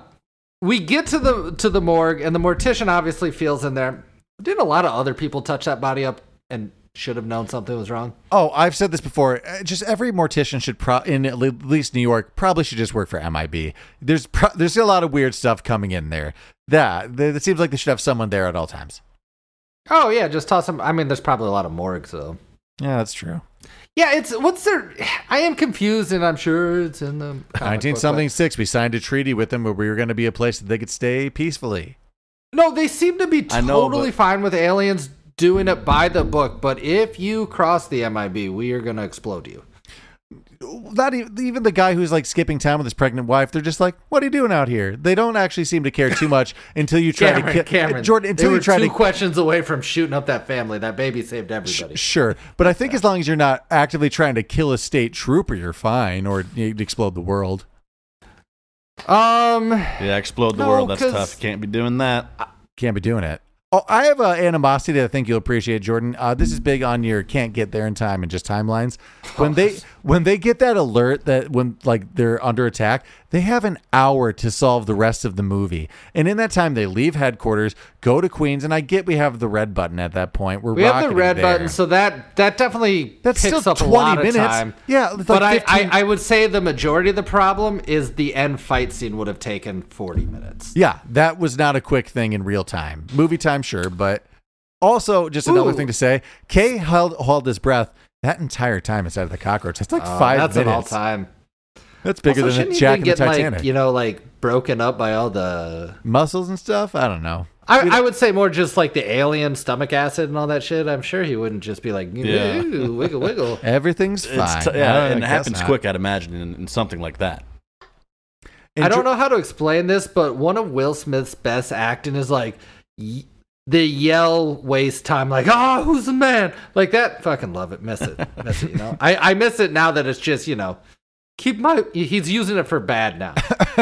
Speaker 4: we get to the to the morgue, and the mortician obviously feels in there. Did a lot of other people touch that body up and should have known something was wrong?
Speaker 2: Oh, I've said this before. Uh, Just every mortician should, pro- in at le- at least New York, probably should just work for MIB. There's pro- there's a lot of weird stuff coming in there. That th- it seems like they should have someone there at all times.
Speaker 4: Oh yeah, just toss him. I mean, there's probably a lot of morgues though.
Speaker 2: Yeah, that's true.
Speaker 4: Yeah, it's what's their. I am confused, and I'm sure it's in the comic
Speaker 2: Nineteen
Speaker 4: book,
Speaker 2: something six, we signed a treaty with them where we were going to be a place that they could stay peacefully.
Speaker 4: but- No, they seem to be
Speaker 3: I know,
Speaker 4: totally
Speaker 3: but-
Speaker 4: fine with aliens doing it by the book. But if you cross the MIB, we are gonna explode you.
Speaker 2: Not even, even the guy who's like skipping town with his pregnant wife. They're just like, "What are you doing out here?" They don't actually seem to care
Speaker 4: [LAUGHS]
Speaker 2: too much until you try
Speaker 4: Cameron,
Speaker 2: to ki-
Speaker 4: Cameron,
Speaker 2: Jordan.
Speaker 4: they
Speaker 2: Until
Speaker 4: were
Speaker 2: you try
Speaker 4: two
Speaker 2: to
Speaker 4: questions away from shooting up that family. That baby saved everybody.
Speaker 2: Sure, but I think as long as you're not actively trying to kill a state trooper, you're fine, or you'd explode the world.
Speaker 4: um,
Speaker 3: Yeah, explode the
Speaker 4: No,
Speaker 3: world. That's
Speaker 4: 'cause-
Speaker 3: tough. Can't be doing that.
Speaker 2: Can't be doing it. Oh, I have an animosity that I think you'll appreciate, Jordan. Uh, this is big on your can't get there in time and just timelines. When they when they get that alert that when like they're under attack, they have an hour to solve the rest of the movie, and in that time they leave headquarters, go to Queens, and I get we have the red button at that point. We're
Speaker 4: we have the
Speaker 2: rocketing
Speaker 4: red
Speaker 2: there.
Speaker 4: button, so that that definitely
Speaker 2: That's
Speaker 4: picks
Speaker 2: still
Speaker 4: up a
Speaker 2: 20
Speaker 4: lot
Speaker 2: minutes.
Speaker 4: of time.
Speaker 2: Yeah, it's
Speaker 4: but
Speaker 2: like
Speaker 4: I,
Speaker 2: 15
Speaker 4: I I would say the majority of the problem is the end fight scene would have taken forty minutes.
Speaker 2: Yeah, that was not a quick thing in real time. Movie time, sure, but also just another
Speaker 4: Ooh.
Speaker 2: thing to say. Kay held held his breath that entire time inside of the cockroach. That's like
Speaker 4: Uh,
Speaker 2: five
Speaker 4: that's an
Speaker 2: minutes.
Speaker 4: all-time.
Speaker 2: That's
Speaker 4: Also,
Speaker 2: bigger than
Speaker 4: shouldn't
Speaker 2: the
Speaker 4: he
Speaker 2: Jack
Speaker 4: been
Speaker 2: and the
Speaker 4: getting,
Speaker 2: Titanic.
Speaker 4: Like, you know, like broken up by all the.
Speaker 2: Muscles and stuff. I don't know.
Speaker 4: I, I would say more just like the alien stomach acid and all that shit. I'm sure he wouldn't just be like,
Speaker 3: Yeah.
Speaker 4: "Ooh, wiggle, wiggle.
Speaker 2: Everything's fine.
Speaker 3: It's t-
Speaker 2: I
Speaker 3: yeah, and
Speaker 2: don't- I
Speaker 3: it
Speaker 2: guess
Speaker 3: happens
Speaker 2: not.
Speaker 3: quick, I'd imagine, in, in something like that.
Speaker 2: And
Speaker 4: I don't
Speaker 2: Jor-
Speaker 4: know how to explain this, but one of Will Smith's best acting is like y- the yell waste time, like "Ah, who's the man?" Like that. Fucking love it. Miss it. [LAUGHS] Miss it. You know, I I miss it now that it's just you know. Keep my. He's using it for bad [LAUGHS] now.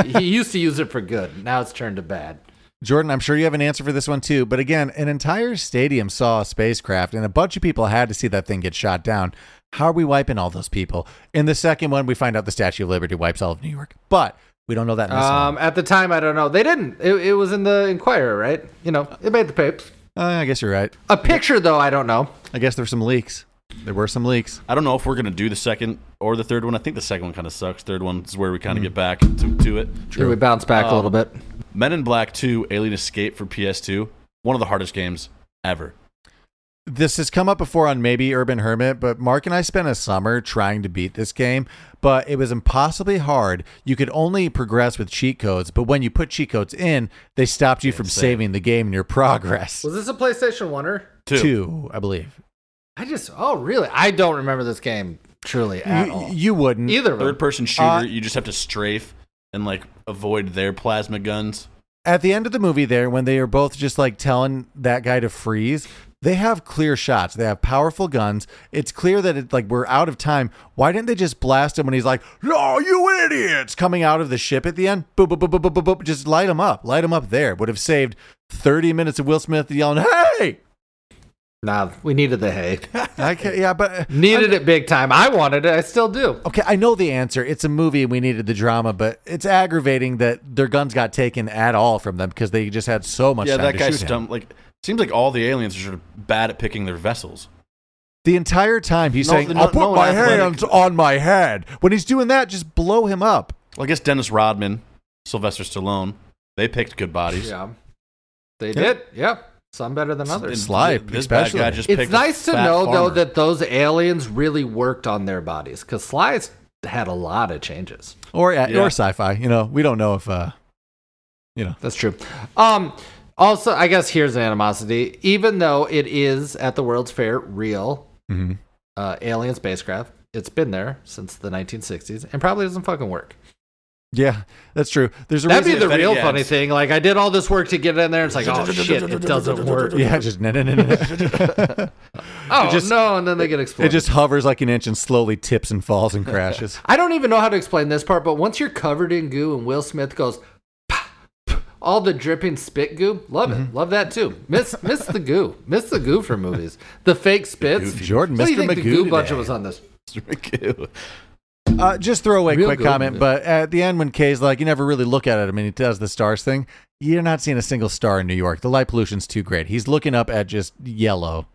Speaker 4: he used to use it for good. Now it's turned to bad.
Speaker 2: Jordan, I'm sure you have an answer for this one too. But again, an entire stadium saw a spacecraft, and a bunch of people had to see that thing get shot down. How are we wiping all those people? In the second one, we find out the Statue of Liberty wipes all of New York, but we don't know that. In this one.
Speaker 4: Um, at the time, I don't know. They didn't. It, it was in the Inquirer, right? You know, it made the papers.
Speaker 2: Uh, I guess you're right.
Speaker 4: A picture, though, I don't know.
Speaker 2: I guess there were some leaks. There were some leaks.
Speaker 3: I don't know if we're gonna do the second or the third one. I think the second one kind of sucks. Third one is where we kind of get back to, to it.
Speaker 4: Should we bounce back a little bit?
Speaker 3: Men in Black 2: Alien Escape for PS2. One of the hardest games ever.
Speaker 2: This has come up before on maybe Urban Hermit, but Mark and I spent a summer trying to beat this game, but it was impossibly hard. You could only progress with cheat codes, but when you put cheat codes in, they stopped you from
Speaker 3: save.
Speaker 2: saving the game and your progress.
Speaker 4: Was this a PlayStation One or?
Speaker 3: Two.
Speaker 2: Two, I believe.
Speaker 4: I just oh really? I don't remember this game truly at
Speaker 2: You,
Speaker 4: all.
Speaker 2: you wouldn't.
Speaker 4: Either of them.
Speaker 3: Third person shooter.
Speaker 2: Uh,
Speaker 3: you just have to strafe and like avoid their plasma guns.
Speaker 2: at the end of the movie there when they are both just like telling that guy to freeze they have clear shots they have powerful guns it's clear that it's like we're out of time why didn't they just blast him when he's like no you idiots coming out of the ship at the end boop boop boop boop boop boop, boop just light him up light him up there would have saved 30 minutes of will smith yelling hey
Speaker 4: Nah, we needed the hay.
Speaker 2: I can't, yeah but
Speaker 4: [LAUGHS] needed it big time. I wanted it. I still do.
Speaker 2: okay i know the answer it's a movie and we needed the drama but it's aggravating that their guns got taken at all from them because they just had so much
Speaker 3: yeah,
Speaker 2: time
Speaker 3: that
Speaker 2: to
Speaker 3: guy's
Speaker 2: shoot him.
Speaker 3: dumb. Like, seems like all the aliens are sort of bad at picking their vessels.
Speaker 2: The entire time he's
Speaker 3: No,
Speaker 2: saying,
Speaker 3: no-
Speaker 2: "I'll put
Speaker 3: no
Speaker 2: my
Speaker 3: athletic-
Speaker 2: hands on my head." When he's doing that, just blow him up.
Speaker 3: Well, I guess Dennis Rodman, Sylvester Stallone, they picked good bodies.
Speaker 4: Yeah, they did. Yeah, some better than
Speaker 3: And
Speaker 4: others.
Speaker 2: Sly,
Speaker 3: this
Speaker 2: especially.
Speaker 3: bad guy just
Speaker 4: It's
Speaker 3: picked
Speaker 4: nice
Speaker 3: a
Speaker 4: to
Speaker 3: fat
Speaker 4: know though
Speaker 3: farmer. [LAUGHS]
Speaker 4: that those aliens really worked on their bodies because Sly's had a lot of changes.
Speaker 2: Or at,
Speaker 3: Yeah.
Speaker 2: or sci-fi, you know, we don't know if uh, you know.
Speaker 4: That's true. Um, also, I guess here's an animosity. Even though it is at the World's Fair real
Speaker 2: Mhm.
Speaker 4: uh, alien spacecraft, It's been there since the 1960s and probably doesn't fucking work.
Speaker 2: Yeah, that's true. There's a
Speaker 4: That'd be
Speaker 2: reason.
Speaker 4: the
Speaker 3: if any-
Speaker 4: real
Speaker 3: yeah,
Speaker 4: funny
Speaker 3: it's-
Speaker 4: thing. Like I did all this work to get in there. It's like, oh shit, it doesn't work.
Speaker 2: [LAUGHS] yeah, just no, no, no, no. [LAUGHS]
Speaker 4: Oh
Speaker 2: just-
Speaker 4: no, and then they get
Speaker 2: It
Speaker 4: exploded.
Speaker 2: just hovers like an inch and slowly tips and falls and crashes.
Speaker 4: I don't even know how to explain this part, but once you're covered in goo and Will Smith goes, "Pah, pah," all the dripping spit goo, love
Speaker 2: Mm-hmm.
Speaker 4: it, love that too. Miss miss the goo, miss the goo for movies. The fake spits.
Speaker 3: goofy-
Speaker 2: Jordan,
Speaker 4: What do you
Speaker 2: Mr.
Speaker 4: think the
Speaker 2: Magoo
Speaker 4: goo
Speaker 2: today.
Speaker 4: budget was on this?
Speaker 2: [LAUGHS] Uh, just throw away
Speaker 4: Real
Speaker 2: quick
Speaker 4: good,
Speaker 2: comment,
Speaker 4: yeah.
Speaker 2: but at the end when Kay's like, you never really look at it. I mean, he does the stars thing. You're not seeing a single star in New York. The light pollution's too great. He's looking up at just yellow.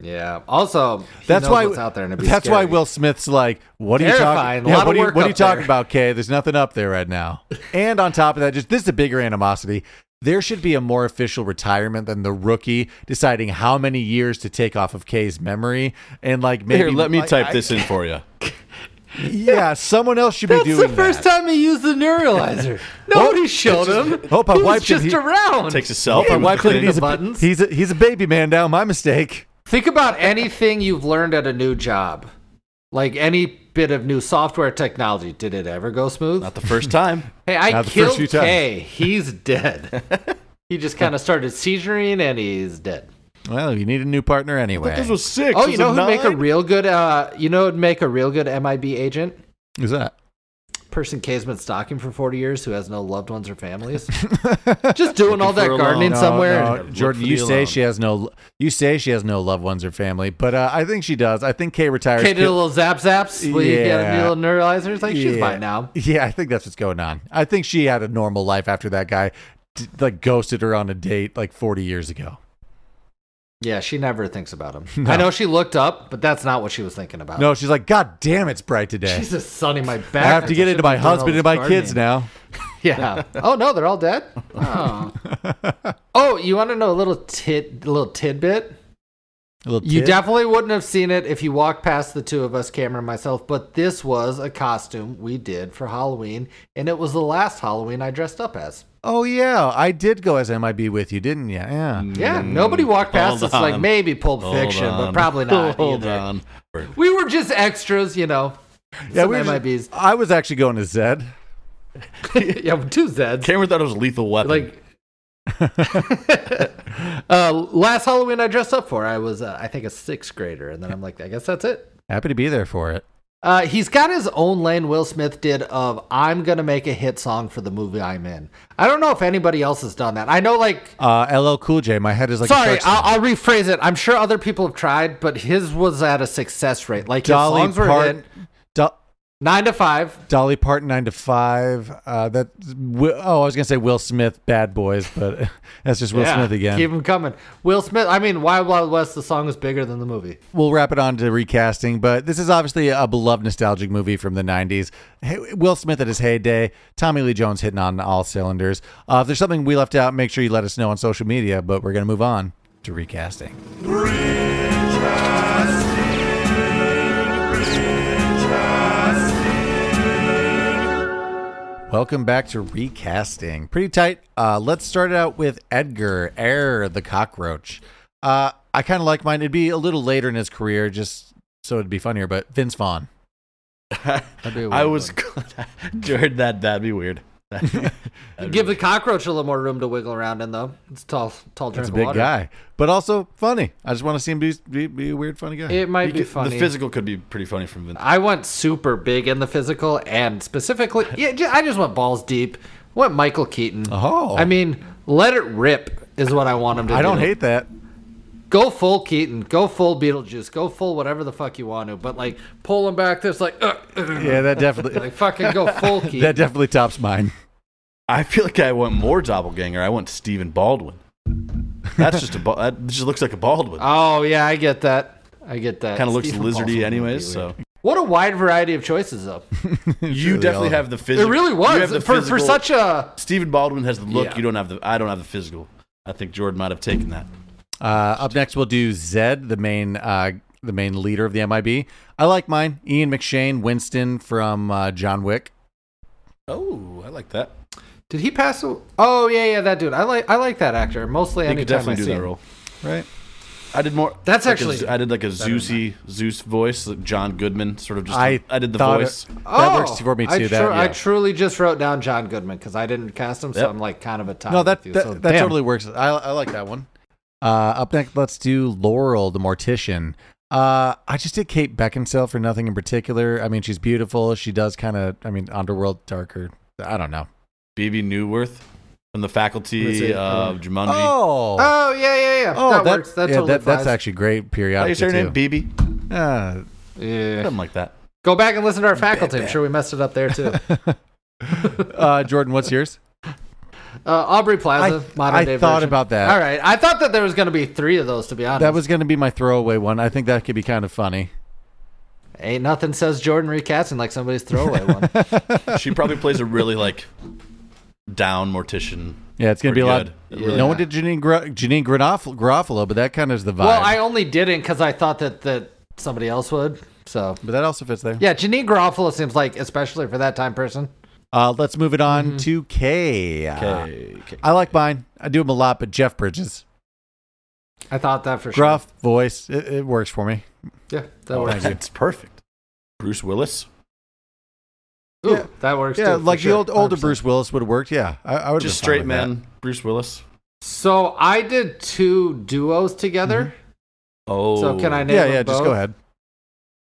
Speaker 4: Yeah. Also, he
Speaker 2: That's
Speaker 4: knows
Speaker 2: why
Speaker 4: what's out there, and it'd be
Speaker 2: that's why
Speaker 4: scary.
Speaker 2: Will Smith's like, "What are you
Speaker 4: Terrifying.
Speaker 2: talking?
Speaker 4: A lot of
Speaker 2: what are you,
Speaker 4: work
Speaker 2: what are you
Speaker 4: up there."
Speaker 2: talking about, Kay? There's nothing up there
Speaker 4: [LAUGHS]
Speaker 2: right now." And on top of that, just this is a bigger animosity. There should be a more official retirement than the rookie deciding how many years to take off of Kay's memory and like [LAUGHS] maybe
Speaker 3: Here, let me
Speaker 2: like,
Speaker 3: type
Speaker 2: I-
Speaker 3: this in for
Speaker 2: [LAUGHS]
Speaker 3: you.
Speaker 2: Yeah, someone else should
Speaker 4: That's
Speaker 2: be doing
Speaker 4: the first
Speaker 2: that.
Speaker 4: time he used the
Speaker 2: [LAUGHS]
Speaker 4: neuralizer. Nobody showed him.
Speaker 2: hope I
Speaker 4: he was
Speaker 2: wiped him.
Speaker 4: just
Speaker 2: He-
Speaker 4: around.
Speaker 3: Takes a selfie.
Speaker 4: Hey,
Speaker 3: with
Speaker 4: why
Speaker 3: the
Speaker 4: couldn't
Speaker 3: thing.
Speaker 4: he
Speaker 2: he's,
Speaker 4: the
Speaker 2: a,
Speaker 4: buttons.
Speaker 2: he's a he's a baby man now. My mistake.
Speaker 4: Think about anything you've learned at a new job, like any bit of new software technology. Did it ever go smooth?
Speaker 3: Not the
Speaker 2: [LAUGHS]
Speaker 3: first time.
Speaker 4: Hey, I
Speaker 2: Not the first
Speaker 4: killed
Speaker 2: few times.
Speaker 4: Kay. He's dead. [LAUGHS] he just kind of started seizuring and he's dead.
Speaker 2: Well, you need a new partner anyway.
Speaker 3: This was six.
Speaker 4: Oh,
Speaker 3: This
Speaker 4: you
Speaker 3: is
Speaker 4: know who'd make a
Speaker 3: nine?
Speaker 4: real good uh you know who'd make a real good MIB agent?
Speaker 2: Who's that?
Speaker 4: Person Kay's been stalking for forty years who has no loved ones or
Speaker 2: [LAUGHS]
Speaker 4: families. just doing all that
Speaker 3: for a
Speaker 4: gardening
Speaker 3: loan.
Speaker 4: somewhere.
Speaker 2: no,
Speaker 4: and-
Speaker 3: Look
Speaker 2: Jordan,
Speaker 3: for
Speaker 2: you
Speaker 3: the
Speaker 2: say
Speaker 3: alarm.
Speaker 2: she has no you say she has no loved ones or family, but uh, I think she does. I think Kay retires.
Speaker 4: Kay did a
Speaker 2: kill-
Speaker 4: little zap zaps. Well, you got
Speaker 2: Yeah.
Speaker 4: a little neuralizer. It's like she's
Speaker 2: Yeah.
Speaker 4: mine now.
Speaker 2: Yeah, I think that's what's going on. I think she had a normal life after that guy d- like ghosted her on a date like 40 years ago.
Speaker 4: Yeah, she never thinks about
Speaker 2: [LAUGHS]
Speaker 4: him. I know she looked up, but that's not what she was thinking about.
Speaker 2: No, she's like, God damn, it's bright today.
Speaker 4: Jesus, Sonny, my back.
Speaker 2: I have to get
Speaker 4: hurts.
Speaker 2: into my
Speaker 4: shouldn't be doing all
Speaker 2: husband and
Speaker 4: this
Speaker 2: my kids
Speaker 4: gardening.
Speaker 2: now.
Speaker 3: [LAUGHS]
Speaker 4: Yeah. Oh no, they're all dead. Oh. [LAUGHS] oh, you want to know a little tit, little tidbit?
Speaker 2: A little
Speaker 4: You
Speaker 2: tit.
Speaker 4: definitely wouldn't have seen it if you walked past the two of us, Cameron and myself. But this was a costume we did for Halloween, and it was the last Halloween I dressed up as.
Speaker 2: oh yeah, I did go as MIB with you, didn't you? Yeah.
Speaker 4: Yeah, nobody walked past
Speaker 3: Mm. hold
Speaker 4: us like
Speaker 3: on.
Speaker 4: maybe Pulp
Speaker 3: Hold
Speaker 4: Fiction, but
Speaker 3: on.
Speaker 4: probably not.
Speaker 3: [LAUGHS] Hold
Speaker 4: either.
Speaker 3: on.
Speaker 4: We were just extras, you know. [LAUGHS]
Speaker 2: Yeah,
Speaker 4: Some
Speaker 2: we were
Speaker 4: MIBs.
Speaker 2: just- I was actually going to Zed.
Speaker 4: yeah, two Zeds.
Speaker 3: Cameron thought it was a lethal weapon.
Speaker 4: like
Speaker 2: [LAUGHS]
Speaker 4: uh last halloween i dressed up for i was uh, i think a sixth grader and then i'm like i guess that's it
Speaker 2: Happy to be there for it.
Speaker 4: uh he's got his own lane will smith did of i'm gonna make a hit song for the movie i'm in i don't know if anybody else has done that i know like
Speaker 2: Uh, LL Cool J, my head is like a
Speaker 4: Sorry,
Speaker 2: shark's
Speaker 4: I'll, I'll rephrase it. I'm sure other people have tried, but his was at a success rate. Like his
Speaker 2: Dolly
Speaker 4: songs were
Speaker 2: Parton.
Speaker 4: hit
Speaker 2: Do-
Speaker 4: nine to five.
Speaker 2: Dolly Parton, Nine to Five. Uh, that. Wi- Oh, I was gonna say Will Smith, Bad Boys, but [LAUGHS] that's just Will Smith again.
Speaker 4: Keep him coming. Will Smith. I mean, Wild Wild West. The song is bigger than the movie.
Speaker 2: we'll wrap it on to recasting, but this is obviously a beloved nostalgic movie from the 90s. Hey, Will Smith at his heyday, Tommy Lee Jones hitting on all cylinders. Uh, if there's something we left out, make sure you let us know on social media, but we're going to move on to recasting. Welcome back to recasting. Pretty tight. Uh, let's start it out with Edgar Air the cockroach. Uh, I kind of like mine. It'd be a little later in his career, just so it'd be funnier. But Vince Vaughn.
Speaker 4: be a
Speaker 3: I
Speaker 4: weird
Speaker 3: was [LAUGHS] Jordan. That that'd be weird.
Speaker 4: Give the cockroach a little more room to wiggle around in, though. It's a tall, tall drink
Speaker 2: That's a
Speaker 4: of
Speaker 2: big
Speaker 4: water.
Speaker 2: guy, but also funny. I just want to see him be, be, be a weird, funny guy.
Speaker 4: It might be
Speaker 3: You could-
Speaker 4: funny.
Speaker 3: The physical could be pretty funny from Vince.
Speaker 4: I went super big in the physical, and
Speaker 2: [LAUGHS]
Speaker 4: specifically, yeah, ju- I just went balls deep. Went Michael Keaton.
Speaker 2: Oh.
Speaker 4: I mean, let it rip is what I want him to.
Speaker 2: I don't
Speaker 4: do.
Speaker 2: hate that.
Speaker 4: Go full Keaton. Go full Beetlejuice. Go full whatever the fuck you want to. But like, pull him back. This like, uh, uh, [LAUGHS]
Speaker 2: Yeah, that definitely
Speaker 4: like fucking go full Keaton.
Speaker 2: [LAUGHS] that definitely tops mine.
Speaker 3: I feel like I want more doppelganger. I want Stephen Baldwin. That's just a ba- that just looks like
Speaker 4: [LAUGHS]
Speaker 3: a Baldwin.
Speaker 4: oh yeah, I get that. I get that.
Speaker 3: kind of looks
Speaker 4: Stephen Paulson would
Speaker 3: lizardy,
Speaker 4: be
Speaker 3: anyways.
Speaker 4: weird.
Speaker 3: So
Speaker 4: what a wide variety of choices though.
Speaker 3: you definitely have the
Speaker 4: It
Speaker 3: physical.
Speaker 4: really was for, for such a
Speaker 3: Stephen Baldwin has the look.
Speaker 4: Yeah.
Speaker 3: You don't have the. I don't have the physical. I think Jordan might have taken that.
Speaker 2: Uh, up next, we'll do Zed, the main uh, the main leader of the MIB. I like mine. Ian McShane, Winston from uh, John Wick.
Speaker 3: Oh, I like that.
Speaker 4: Did he pass? a- Oh yeah, yeah, that dude. I like I like that actor. Mostly
Speaker 3: He
Speaker 4: anytime
Speaker 3: could definitely
Speaker 4: I
Speaker 3: do
Speaker 4: see
Speaker 3: that
Speaker 4: him.
Speaker 3: role.
Speaker 2: Right.
Speaker 3: I did more.
Speaker 4: That's
Speaker 3: like a
Speaker 4: actually
Speaker 3: z- I did like a Zeusy Zeus voice, like John Goodman, sort of just.
Speaker 2: I
Speaker 3: I, did the
Speaker 2: thought
Speaker 3: voice.
Speaker 2: it- that
Speaker 4: Oh,
Speaker 2: works for me too.
Speaker 4: I,
Speaker 2: that,
Speaker 4: tru- I
Speaker 2: yeah.
Speaker 4: truly just wrote down John Goodman because I didn't cast him, so
Speaker 3: Yep.
Speaker 4: I'm like kind of a tie.
Speaker 2: no, that
Speaker 4: with you,
Speaker 2: that,
Speaker 4: so
Speaker 2: that
Speaker 4: damn.
Speaker 2: totally works. I, I like that one. Uh, up next, let's do Laurel, the mortician. Uh, I just did Kate Beckinsale for nothing in particular. I mean, she's beautiful. She does kind of, I mean, underworld darker. I don't know.
Speaker 3: BB Newworth from the
Speaker 4: Let's
Speaker 3: faculty
Speaker 4: see.
Speaker 3: of Jumanji.
Speaker 2: Oh,
Speaker 4: Oh yeah, yeah, yeah.
Speaker 2: oh,
Speaker 4: that,
Speaker 2: that-
Speaker 4: works. That
Speaker 2: yeah,
Speaker 4: totally
Speaker 2: that- that's
Speaker 4: flies.
Speaker 2: actually great
Speaker 3: How you
Speaker 2: periodically
Speaker 3: say her name?
Speaker 2: too.
Speaker 3: BB?
Speaker 2: Uh,
Speaker 4: Yeah.
Speaker 3: Something like that.
Speaker 4: Go back and
Speaker 2: [LAUGHS]
Speaker 4: listen to our faculty. I'm sure we messed it up there too. Uh,
Speaker 2: uh, Jordan,
Speaker 4: [LAUGHS]
Speaker 2: what's yours?
Speaker 4: Uh, Aubrey Plaza,
Speaker 2: I-
Speaker 4: modern
Speaker 2: I
Speaker 4: day
Speaker 2: thought
Speaker 4: version.
Speaker 2: about that.
Speaker 4: All right, I thought that there was going to be three of those. To be honest,
Speaker 2: That was going to be my throwaway one. I think that could be kind of funny.
Speaker 4: ain't nothing says Jordan recasting like somebody's throwaway
Speaker 2: [LAUGHS]
Speaker 4: one.
Speaker 3: She probably plays a really like down mortician.
Speaker 2: Yeah, it's going to be
Speaker 3: Pretty
Speaker 2: a lot.
Speaker 3: good.
Speaker 4: Really
Speaker 2: No one
Speaker 4: good.
Speaker 2: did Janine, Gro- Janine Garofalo, Garofalo, but that kind of is the vibe.
Speaker 4: Well, I only didn't because I thought that that somebody else would. So
Speaker 2: but that also fits there.
Speaker 4: yeah, Janine Garofalo seems like, especially for that time person.
Speaker 2: Uh, let's move it on
Speaker 4: Mm-hmm.
Speaker 2: to K. Uh,
Speaker 3: Okay. okay.
Speaker 2: I like mine. I do him a lot, but Jeff Bridges,
Speaker 4: I thought that for
Speaker 2: gruff voice, it, it works for me.
Speaker 4: sure. Yeah, that
Speaker 3: Oh,
Speaker 4: works.
Speaker 3: it's perfect. Bruce Willis.
Speaker 4: Ooh,
Speaker 2: Yeah.
Speaker 4: that works.
Speaker 2: Yeah,
Speaker 4: too, for
Speaker 2: like
Speaker 4: sure,
Speaker 2: the old older
Speaker 4: 100%.
Speaker 2: Bruce Willis would have worked. Yeah, I, I would
Speaker 3: Just straight man, Bruce Willis.
Speaker 4: So I did two duos together.
Speaker 3: Oh.
Speaker 4: So can I name?
Speaker 2: Mm-hmm. Yeah,
Speaker 4: them
Speaker 2: yeah. Just go
Speaker 4: both?
Speaker 2: ahead.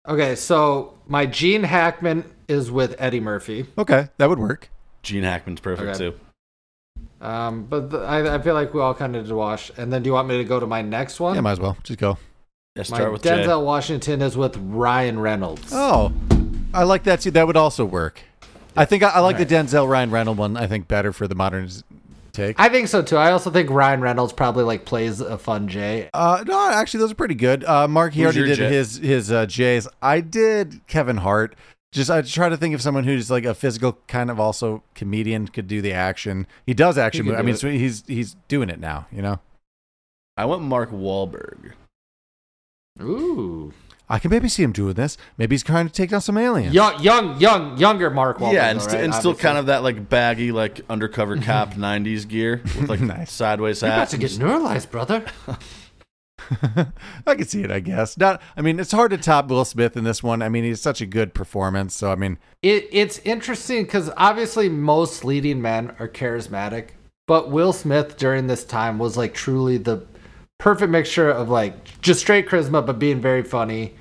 Speaker 4: Okay, so my Gene Hackman is with Eddie Murphy,
Speaker 2: Okay, that would work.
Speaker 3: Gene Hackman's perfect
Speaker 4: Okay.
Speaker 3: too.
Speaker 4: um, but the, I, I feel like we all kind of did wash. And then do you want me to go to my next one?
Speaker 2: Yeah, might as well just go.
Speaker 3: Yeah,
Speaker 4: My
Speaker 3: start with Jay.
Speaker 4: Denzel Washington is with Ryan Reynolds.
Speaker 2: Oh, I like that too. That would also work. I think I, I like the Denzel Ryan Reynolds one. I think better for the modern take.
Speaker 4: I think so too. I also think Ryan Reynolds probably like plays a fun Jay.
Speaker 2: Uh, no, actually, those are pretty good. Uh, Mark, he
Speaker 3: Who's
Speaker 2: already
Speaker 3: your
Speaker 2: did
Speaker 3: Jet?
Speaker 2: his his uh, Jays. I did Kevin Hart. Just I try to think of someone who's like a physical kind of also comedian could do the action. He does action.
Speaker 4: He can
Speaker 2: move. I
Speaker 4: do
Speaker 2: mean,
Speaker 4: it.
Speaker 2: so he's he's doing it now. You know,
Speaker 3: I went Mark Wahlberg.
Speaker 4: Ooh,
Speaker 2: I can maybe see him doing this. Maybe he's trying to take down some aliens.
Speaker 4: young, young, young, younger Mark Wahlberg.
Speaker 3: yeah, and,
Speaker 4: though,
Speaker 3: st-
Speaker 4: right?
Speaker 3: and still
Speaker 4: Obviously.
Speaker 3: kind of that like baggy, like undercover cop '90s gear with like
Speaker 2: Nice.
Speaker 3: sideways
Speaker 4: You're about
Speaker 3: hat.
Speaker 4: to get neuralized,
Speaker 3: [LAUGHS]
Speaker 4: brother.
Speaker 2: [LAUGHS] I can see it. I guess not. I mean, it's hard to top Will Smith in this one. I mean, he's such a good performance. So I mean,
Speaker 4: It, it's interesting because obviously most leading men are charismatic, but Will Smith during this time was like truly the perfect mixture of like just straight charisma, but being very funny.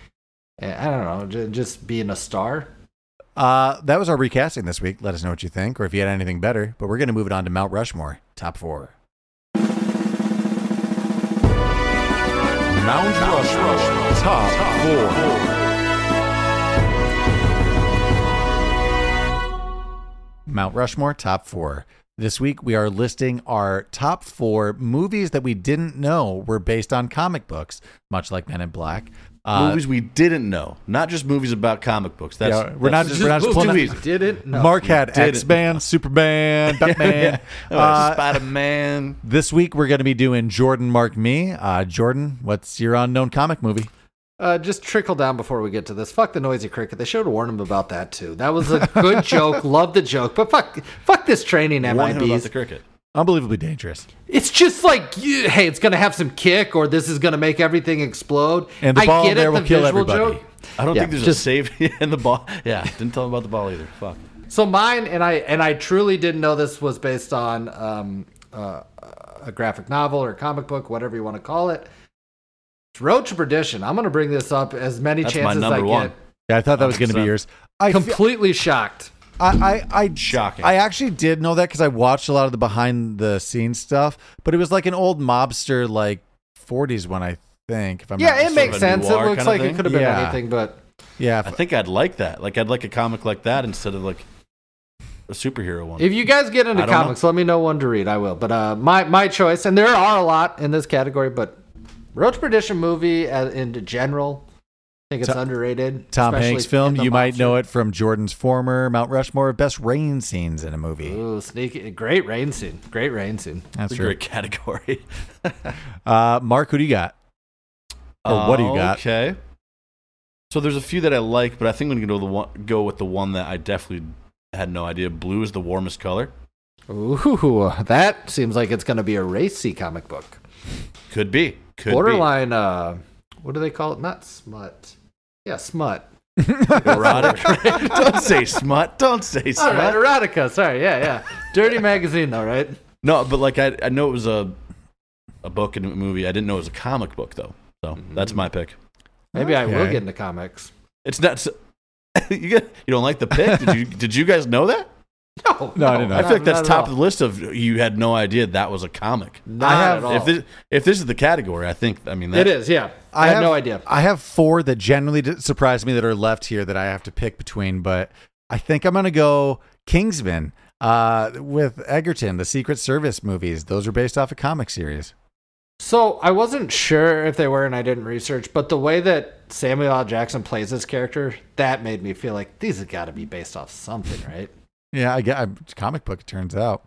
Speaker 4: And, I don't know, ju- just being a star.
Speaker 2: uh, that was our recasting this week. Let us know what you think, or if you had anything better. But we're gonna move it on to Mount Rushmore top four.
Speaker 3: Mount Rushmore top, four.
Speaker 2: Mount Rushmore top four. This week we are listing our top four movies that we didn't know were based on comic books, much like Men in Black. Uh,
Speaker 3: movies we didn't know, not just movies about comic books. That's
Speaker 2: Yeah, we're not
Speaker 3: that's-
Speaker 2: just- we're not just
Speaker 3: Movies
Speaker 2: pulling
Speaker 3: we
Speaker 4: [LAUGHS]
Speaker 2: out-
Speaker 4: Didn't know.
Speaker 2: Mark had
Speaker 3: did it.
Speaker 2: X
Speaker 4: [LAUGHS]
Speaker 2: Man, Superman, Batman. Uh,
Speaker 3: Spider [LAUGHS] Man.
Speaker 2: this week we're going to be doing Jordan, Mark, me. Uh, Jordan, what's your unknown comic movie?
Speaker 4: Uh, just trickle down before we get to this. Fuck the noisy cricket. They should have warned him about that too. That was a
Speaker 3: [LAUGHS]
Speaker 4: good joke. Love the joke, but fuck, fuck this training
Speaker 3: Warn him about
Speaker 4: MIBs.
Speaker 3: the cricket.
Speaker 2: Unbelievably dangerous.
Speaker 4: It's just like, you- hey, it's gonna have some kick, or this is gonna make everything explode.
Speaker 2: And the
Speaker 4: I
Speaker 2: ball
Speaker 4: get
Speaker 2: there
Speaker 4: it,
Speaker 2: will
Speaker 4: the
Speaker 2: kill
Speaker 4: visual
Speaker 2: everybody.
Speaker 4: joke.
Speaker 3: I don't
Speaker 4: Yeah,
Speaker 3: think there's
Speaker 4: just-
Speaker 3: a save [LAUGHS] in the ball. Yeah, didn't tell him about the ball either. Fuck.
Speaker 4: So mine, and I, and I truly didn't know this was based on um, uh, a graphic novel or comic book, whatever you want to call it. It's Road to Perdition. I'm gonna bring this up as many
Speaker 3: That's my
Speaker 4: chances
Speaker 3: number
Speaker 4: I
Speaker 3: one.
Speaker 4: get.
Speaker 2: Yeah, I thought that was going to be
Speaker 3: 100%.
Speaker 2: yours. I feel-
Speaker 4: Completely shocked.
Speaker 2: I, I, I
Speaker 3: Shocking.
Speaker 2: I actually did know that because I watched a lot of the behind the scenes stuff, but it was like an old mobster like 40s one, I think. If I'm not
Speaker 4: Yeah, it
Speaker 2: mistaken.
Speaker 4: makes
Speaker 3: of a
Speaker 4: sense. It
Speaker 3: noir
Speaker 4: looks
Speaker 3: kinda
Speaker 4: like it
Speaker 3: thing?
Speaker 4: could have been
Speaker 2: Yeah.
Speaker 4: anything, but
Speaker 2: yeah.
Speaker 3: I
Speaker 2: if-
Speaker 3: think I'd like that. Like I'd like a comic like that instead of like a superhero one.
Speaker 4: if you guys get into
Speaker 3: I don't know.
Speaker 4: comics, let me know one to read. I will. But uh, my my choice, and there are a lot in this category, but Road to Perdition movie as, in general, I think it's
Speaker 2: To-
Speaker 4: underrated.
Speaker 2: Tom
Speaker 4: especially
Speaker 2: Hanks film.
Speaker 4: in the
Speaker 2: You might
Speaker 4: monster.
Speaker 2: know it from Jordan's former Mount Rushmore of best rain scenes in a movie.
Speaker 4: Ooh, sneaky! Great rain scene. Great rain scene.
Speaker 3: It's
Speaker 2: That's
Speaker 3: a
Speaker 2: true.
Speaker 3: great [LAUGHS] category. [LAUGHS]
Speaker 2: Uh, Mark, who do you got? Or what do you got?
Speaker 3: Oh, Okay. So there's a few that I like, but I think I'm gonna go the one, go with the one that I definitely had no idea. Blue is the warmest color.
Speaker 4: Ooh, that seems like it's going to be a racy comic book.
Speaker 3: Could be. Could be.
Speaker 4: borderline uh what do they call it not smut yeah smut
Speaker 3: [LAUGHS]
Speaker 4: [LAUGHS]
Speaker 3: Erotic. don't say smut. Don't say
Speaker 4: all
Speaker 3: smut.
Speaker 4: right erotica sorry yeah yeah dirty [LAUGHS] magazine though right
Speaker 3: No, but like I, I know it was a a book and a movie. I didn't know it was a comic book though. So that's my pick.
Speaker 4: maybe i will
Speaker 2: Okay.
Speaker 4: get into comics
Speaker 3: It's not. s [LAUGHS] you get, you don't like the pick? Did you did you guys know that?
Speaker 4: no
Speaker 2: No, I didn't know.
Speaker 3: I feel like that's
Speaker 4: not at
Speaker 3: top of
Speaker 4: all.
Speaker 3: the list of you had no idea that was a comic.
Speaker 4: Not
Speaker 3: I
Speaker 4: at
Speaker 3: have.
Speaker 4: all.
Speaker 3: If this if this is the category, I think I mean that
Speaker 4: it is yeah i, had no idea
Speaker 2: I have four that generally d- surprise me that are left here that I have to pick between, but I think I'm going to go Kingsman uh, with Egerton, the Secret Service movies. Those are based off a comic series.
Speaker 4: so i wasn't sure if they were and i didn't research but the way that samuel l jackson plays this character that made me feel like these have got to be based off something right
Speaker 2: Yeah, I get it's a comic book, it turns out.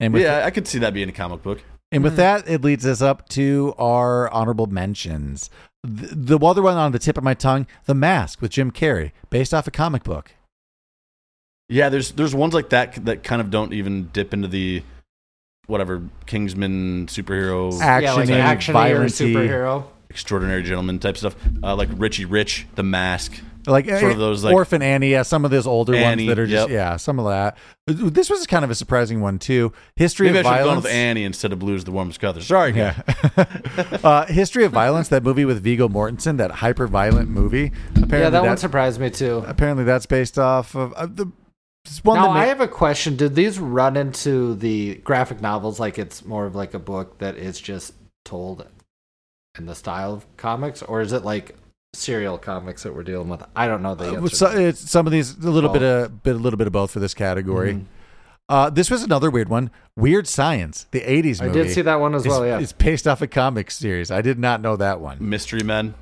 Speaker 2: And with,
Speaker 3: Yeah, mm-hmm. I could see that being a comic book.
Speaker 2: and with that, it leads us up to our honorable mentions. The, the other one on the tip of my tongue, The Mask with Jim Carrey, based off a comic book.
Speaker 3: Yeah, there's there's ones like that that kind of don't even dip into the whatever Kingsman superhero
Speaker 4: yeah like
Speaker 2: Action-y,
Speaker 4: action or
Speaker 2: violent-y.
Speaker 4: superhero
Speaker 3: extraordinary gentleman type stuff, uh, like Richie Rich, The Mask.
Speaker 2: like
Speaker 3: Sort of
Speaker 2: eh,
Speaker 3: those, like-
Speaker 2: orphan Annie, yeah, some of those older
Speaker 3: Annie,
Speaker 2: ones that are just
Speaker 3: yep.
Speaker 2: yeah, some of that. This was kind of a surprising one too. History
Speaker 3: Maybe I
Speaker 2: of
Speaker 3: should have gone
Speaker 2: violence.
Speaker 3: with Annie instead of Blues the Warmest Color. Sorry, guys.
Speaker 2: yeah. [LAUGHS] uh, History of Violence, that movie with Vigo Mortensen, that hyper violent movie. Apparently,
Speaker 4: yeah that one
Speaker 2: that's,
Speaker 4: surprised me too
Speaker 2: apparently that's based off of uh, the it's one
Speaker 4: Now
Speaker 2: that ma-
Speaker 4: I have a question. Did these run into the graphic novels like it's more of like a book that is just told in the style of comics, or is it like serial comics that we're dealing with? I don't know the answer.
Speaker 2: Uh, so, it's some of these a little bit
Speaker 4: Oh.
Speaker 2: of bit a little bit of both for this category.
Speaker 4: Mm-hmm.
Speaker 2: Uh, this was another weird one. Weird Science, the '80s
Speaker 4: I
Speaker 2: movie.
Speaker 4: did see that one as
Speaker 2: It's-
Speaker 4: well. Yeah,
Speaker 2: it's based off a comic series. I did not know that one.
Speaker 3: Mystery Men.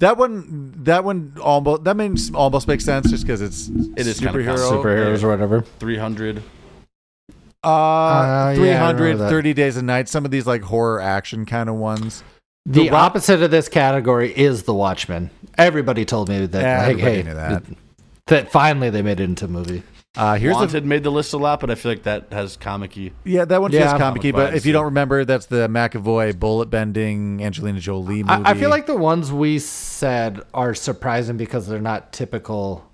Speaker 2: That one, that one almost that makes almost makes sense just because it's
Speaker 3: It is kinda
Speaker 2: superhero.
Speaker 3: comic.
Speaker 4: superheroes or whatever.
Speaker 3: 300.
Speaker 4: Uh,
Speaker 2: Uh,
Speaker 4: yeah, I
Speaker 2: three
Speaker 4: remember
Speaker 2: hundred
Speaker 4: that.
Speaker 2: thirty days a night. Some of these like horror action kind of ones.
Speaker 4: The,
Speaker 2: Rock-
Speaker 4: opposite of this category is The Watchmen. Everybody told me that.
Speaker 2: Yeah,
Speaker 4: like,
Speaker 2: everybody
Speaker 4: hey,
Speaker 2: knew that.
Speaker 4: that finally they made it into a movie.
Speaker 2: Uh, here's a,
Speaker 3: Wanted made the list a lot, but I feel like that has comic y.
Speaker 2: yeah, that one
Speaker 4: Yeah,
Speaker 2: feels
Speaker 4: I'm
Speaker 2: comic
Speaker 3: with
Speaker 2: but
Speaker 3: vibes,
Speaker 2: if you
Speaker 3: yeah.
Speaker 2: don't remember, that's the McAvoy bullet bending Angelina Jolie movie.
Speaker 4: I, I feel like the ones we said are surprising because they're not typical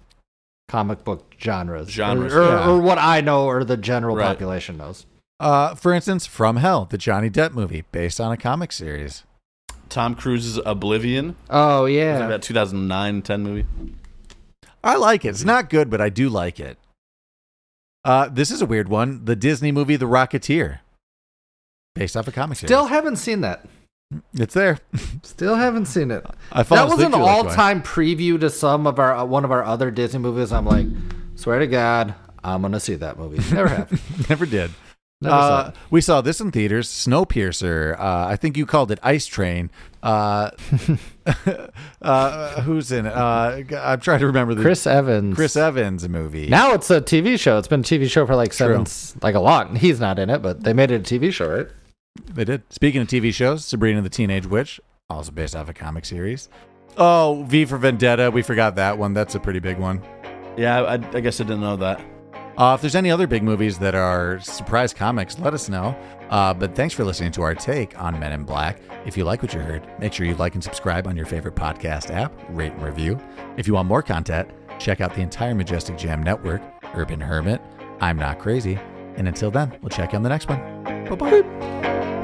Speaker 4: comic book genres,
Speaker 3: Genres,
Speaker 4: or, or,
Speaker 2: yeah.
Speaker 4: or what I know or the general
Speaker 3: Right.
Speaker 4: population knows.
Speaker 2: uh, for instance, From Hell, the Johnny Depp movie based on a comic series.
Speaker 3: Tom Cruise's Oblivion.
Speaker 4: Oh
Speaker 3: Yeah.
Speaker 4: yeah,
Speaker 3: That 2009 10 movie.
Speaker 2: I like it. It's not good, but I do like it. Uh, this is a weird one. The Disney movie, The Rocketeer, based off a comic series.
Speaker 4: still haven't seen that.
Speaker 2: It's there.
Speaker 4: Still haven't seen it.
Speaker 2: I fall
Speaker 4: That was
Speaker 2: asleep
Speaker 4: an
Speaker 2: to it, like,
Speaker 4: all-time preview to some of our uh, one of our other Disney movies. I'm like, swear to God, I'm gonna see that movie. [LAUGHS] [LAUGHS] Never have.
Speaker 2: why. [LAUGHS] Never did.
Speaker 4: Never saw
Speaker 2: Uh,
Speaker 4: it.
Speaker 2: we saw this in theaters. Snowpiercer. Uh, I think you called it Ice Train. Uh, [LAUGHS] uh, who's in it? Uh, I'm trying to remember the
Speaker 4: Chris Evans.
Speaker 2: Chris E- Evans movie.
Speaker 4: Now it's a TV show. It's been a TV show for like seven, like a lot. He's not in it, but they made it a TV show, right?
Speaker 2: They did. Speaking of TV shows, Sabrina the Teenage Witch, also based off a comic series. Oh, V for Vendetta. We forgot that one. That's a pretty big one.
Speaker 3: Yeah, I, I guess I didn't know that.
Speaker 2: Uh, if there's any other big movies that are surprise comics, let us know. Uh, but thanks for listening to our take on Men in Black. If you like what you heard, make sure you like and subscribe on your favorite podcast app, rate and review. If you want more content, check out the entire Majestic Jam Network, Urban Hermit, I'm Not Crazy. And until then, we'll check you on the next one. Bye bye.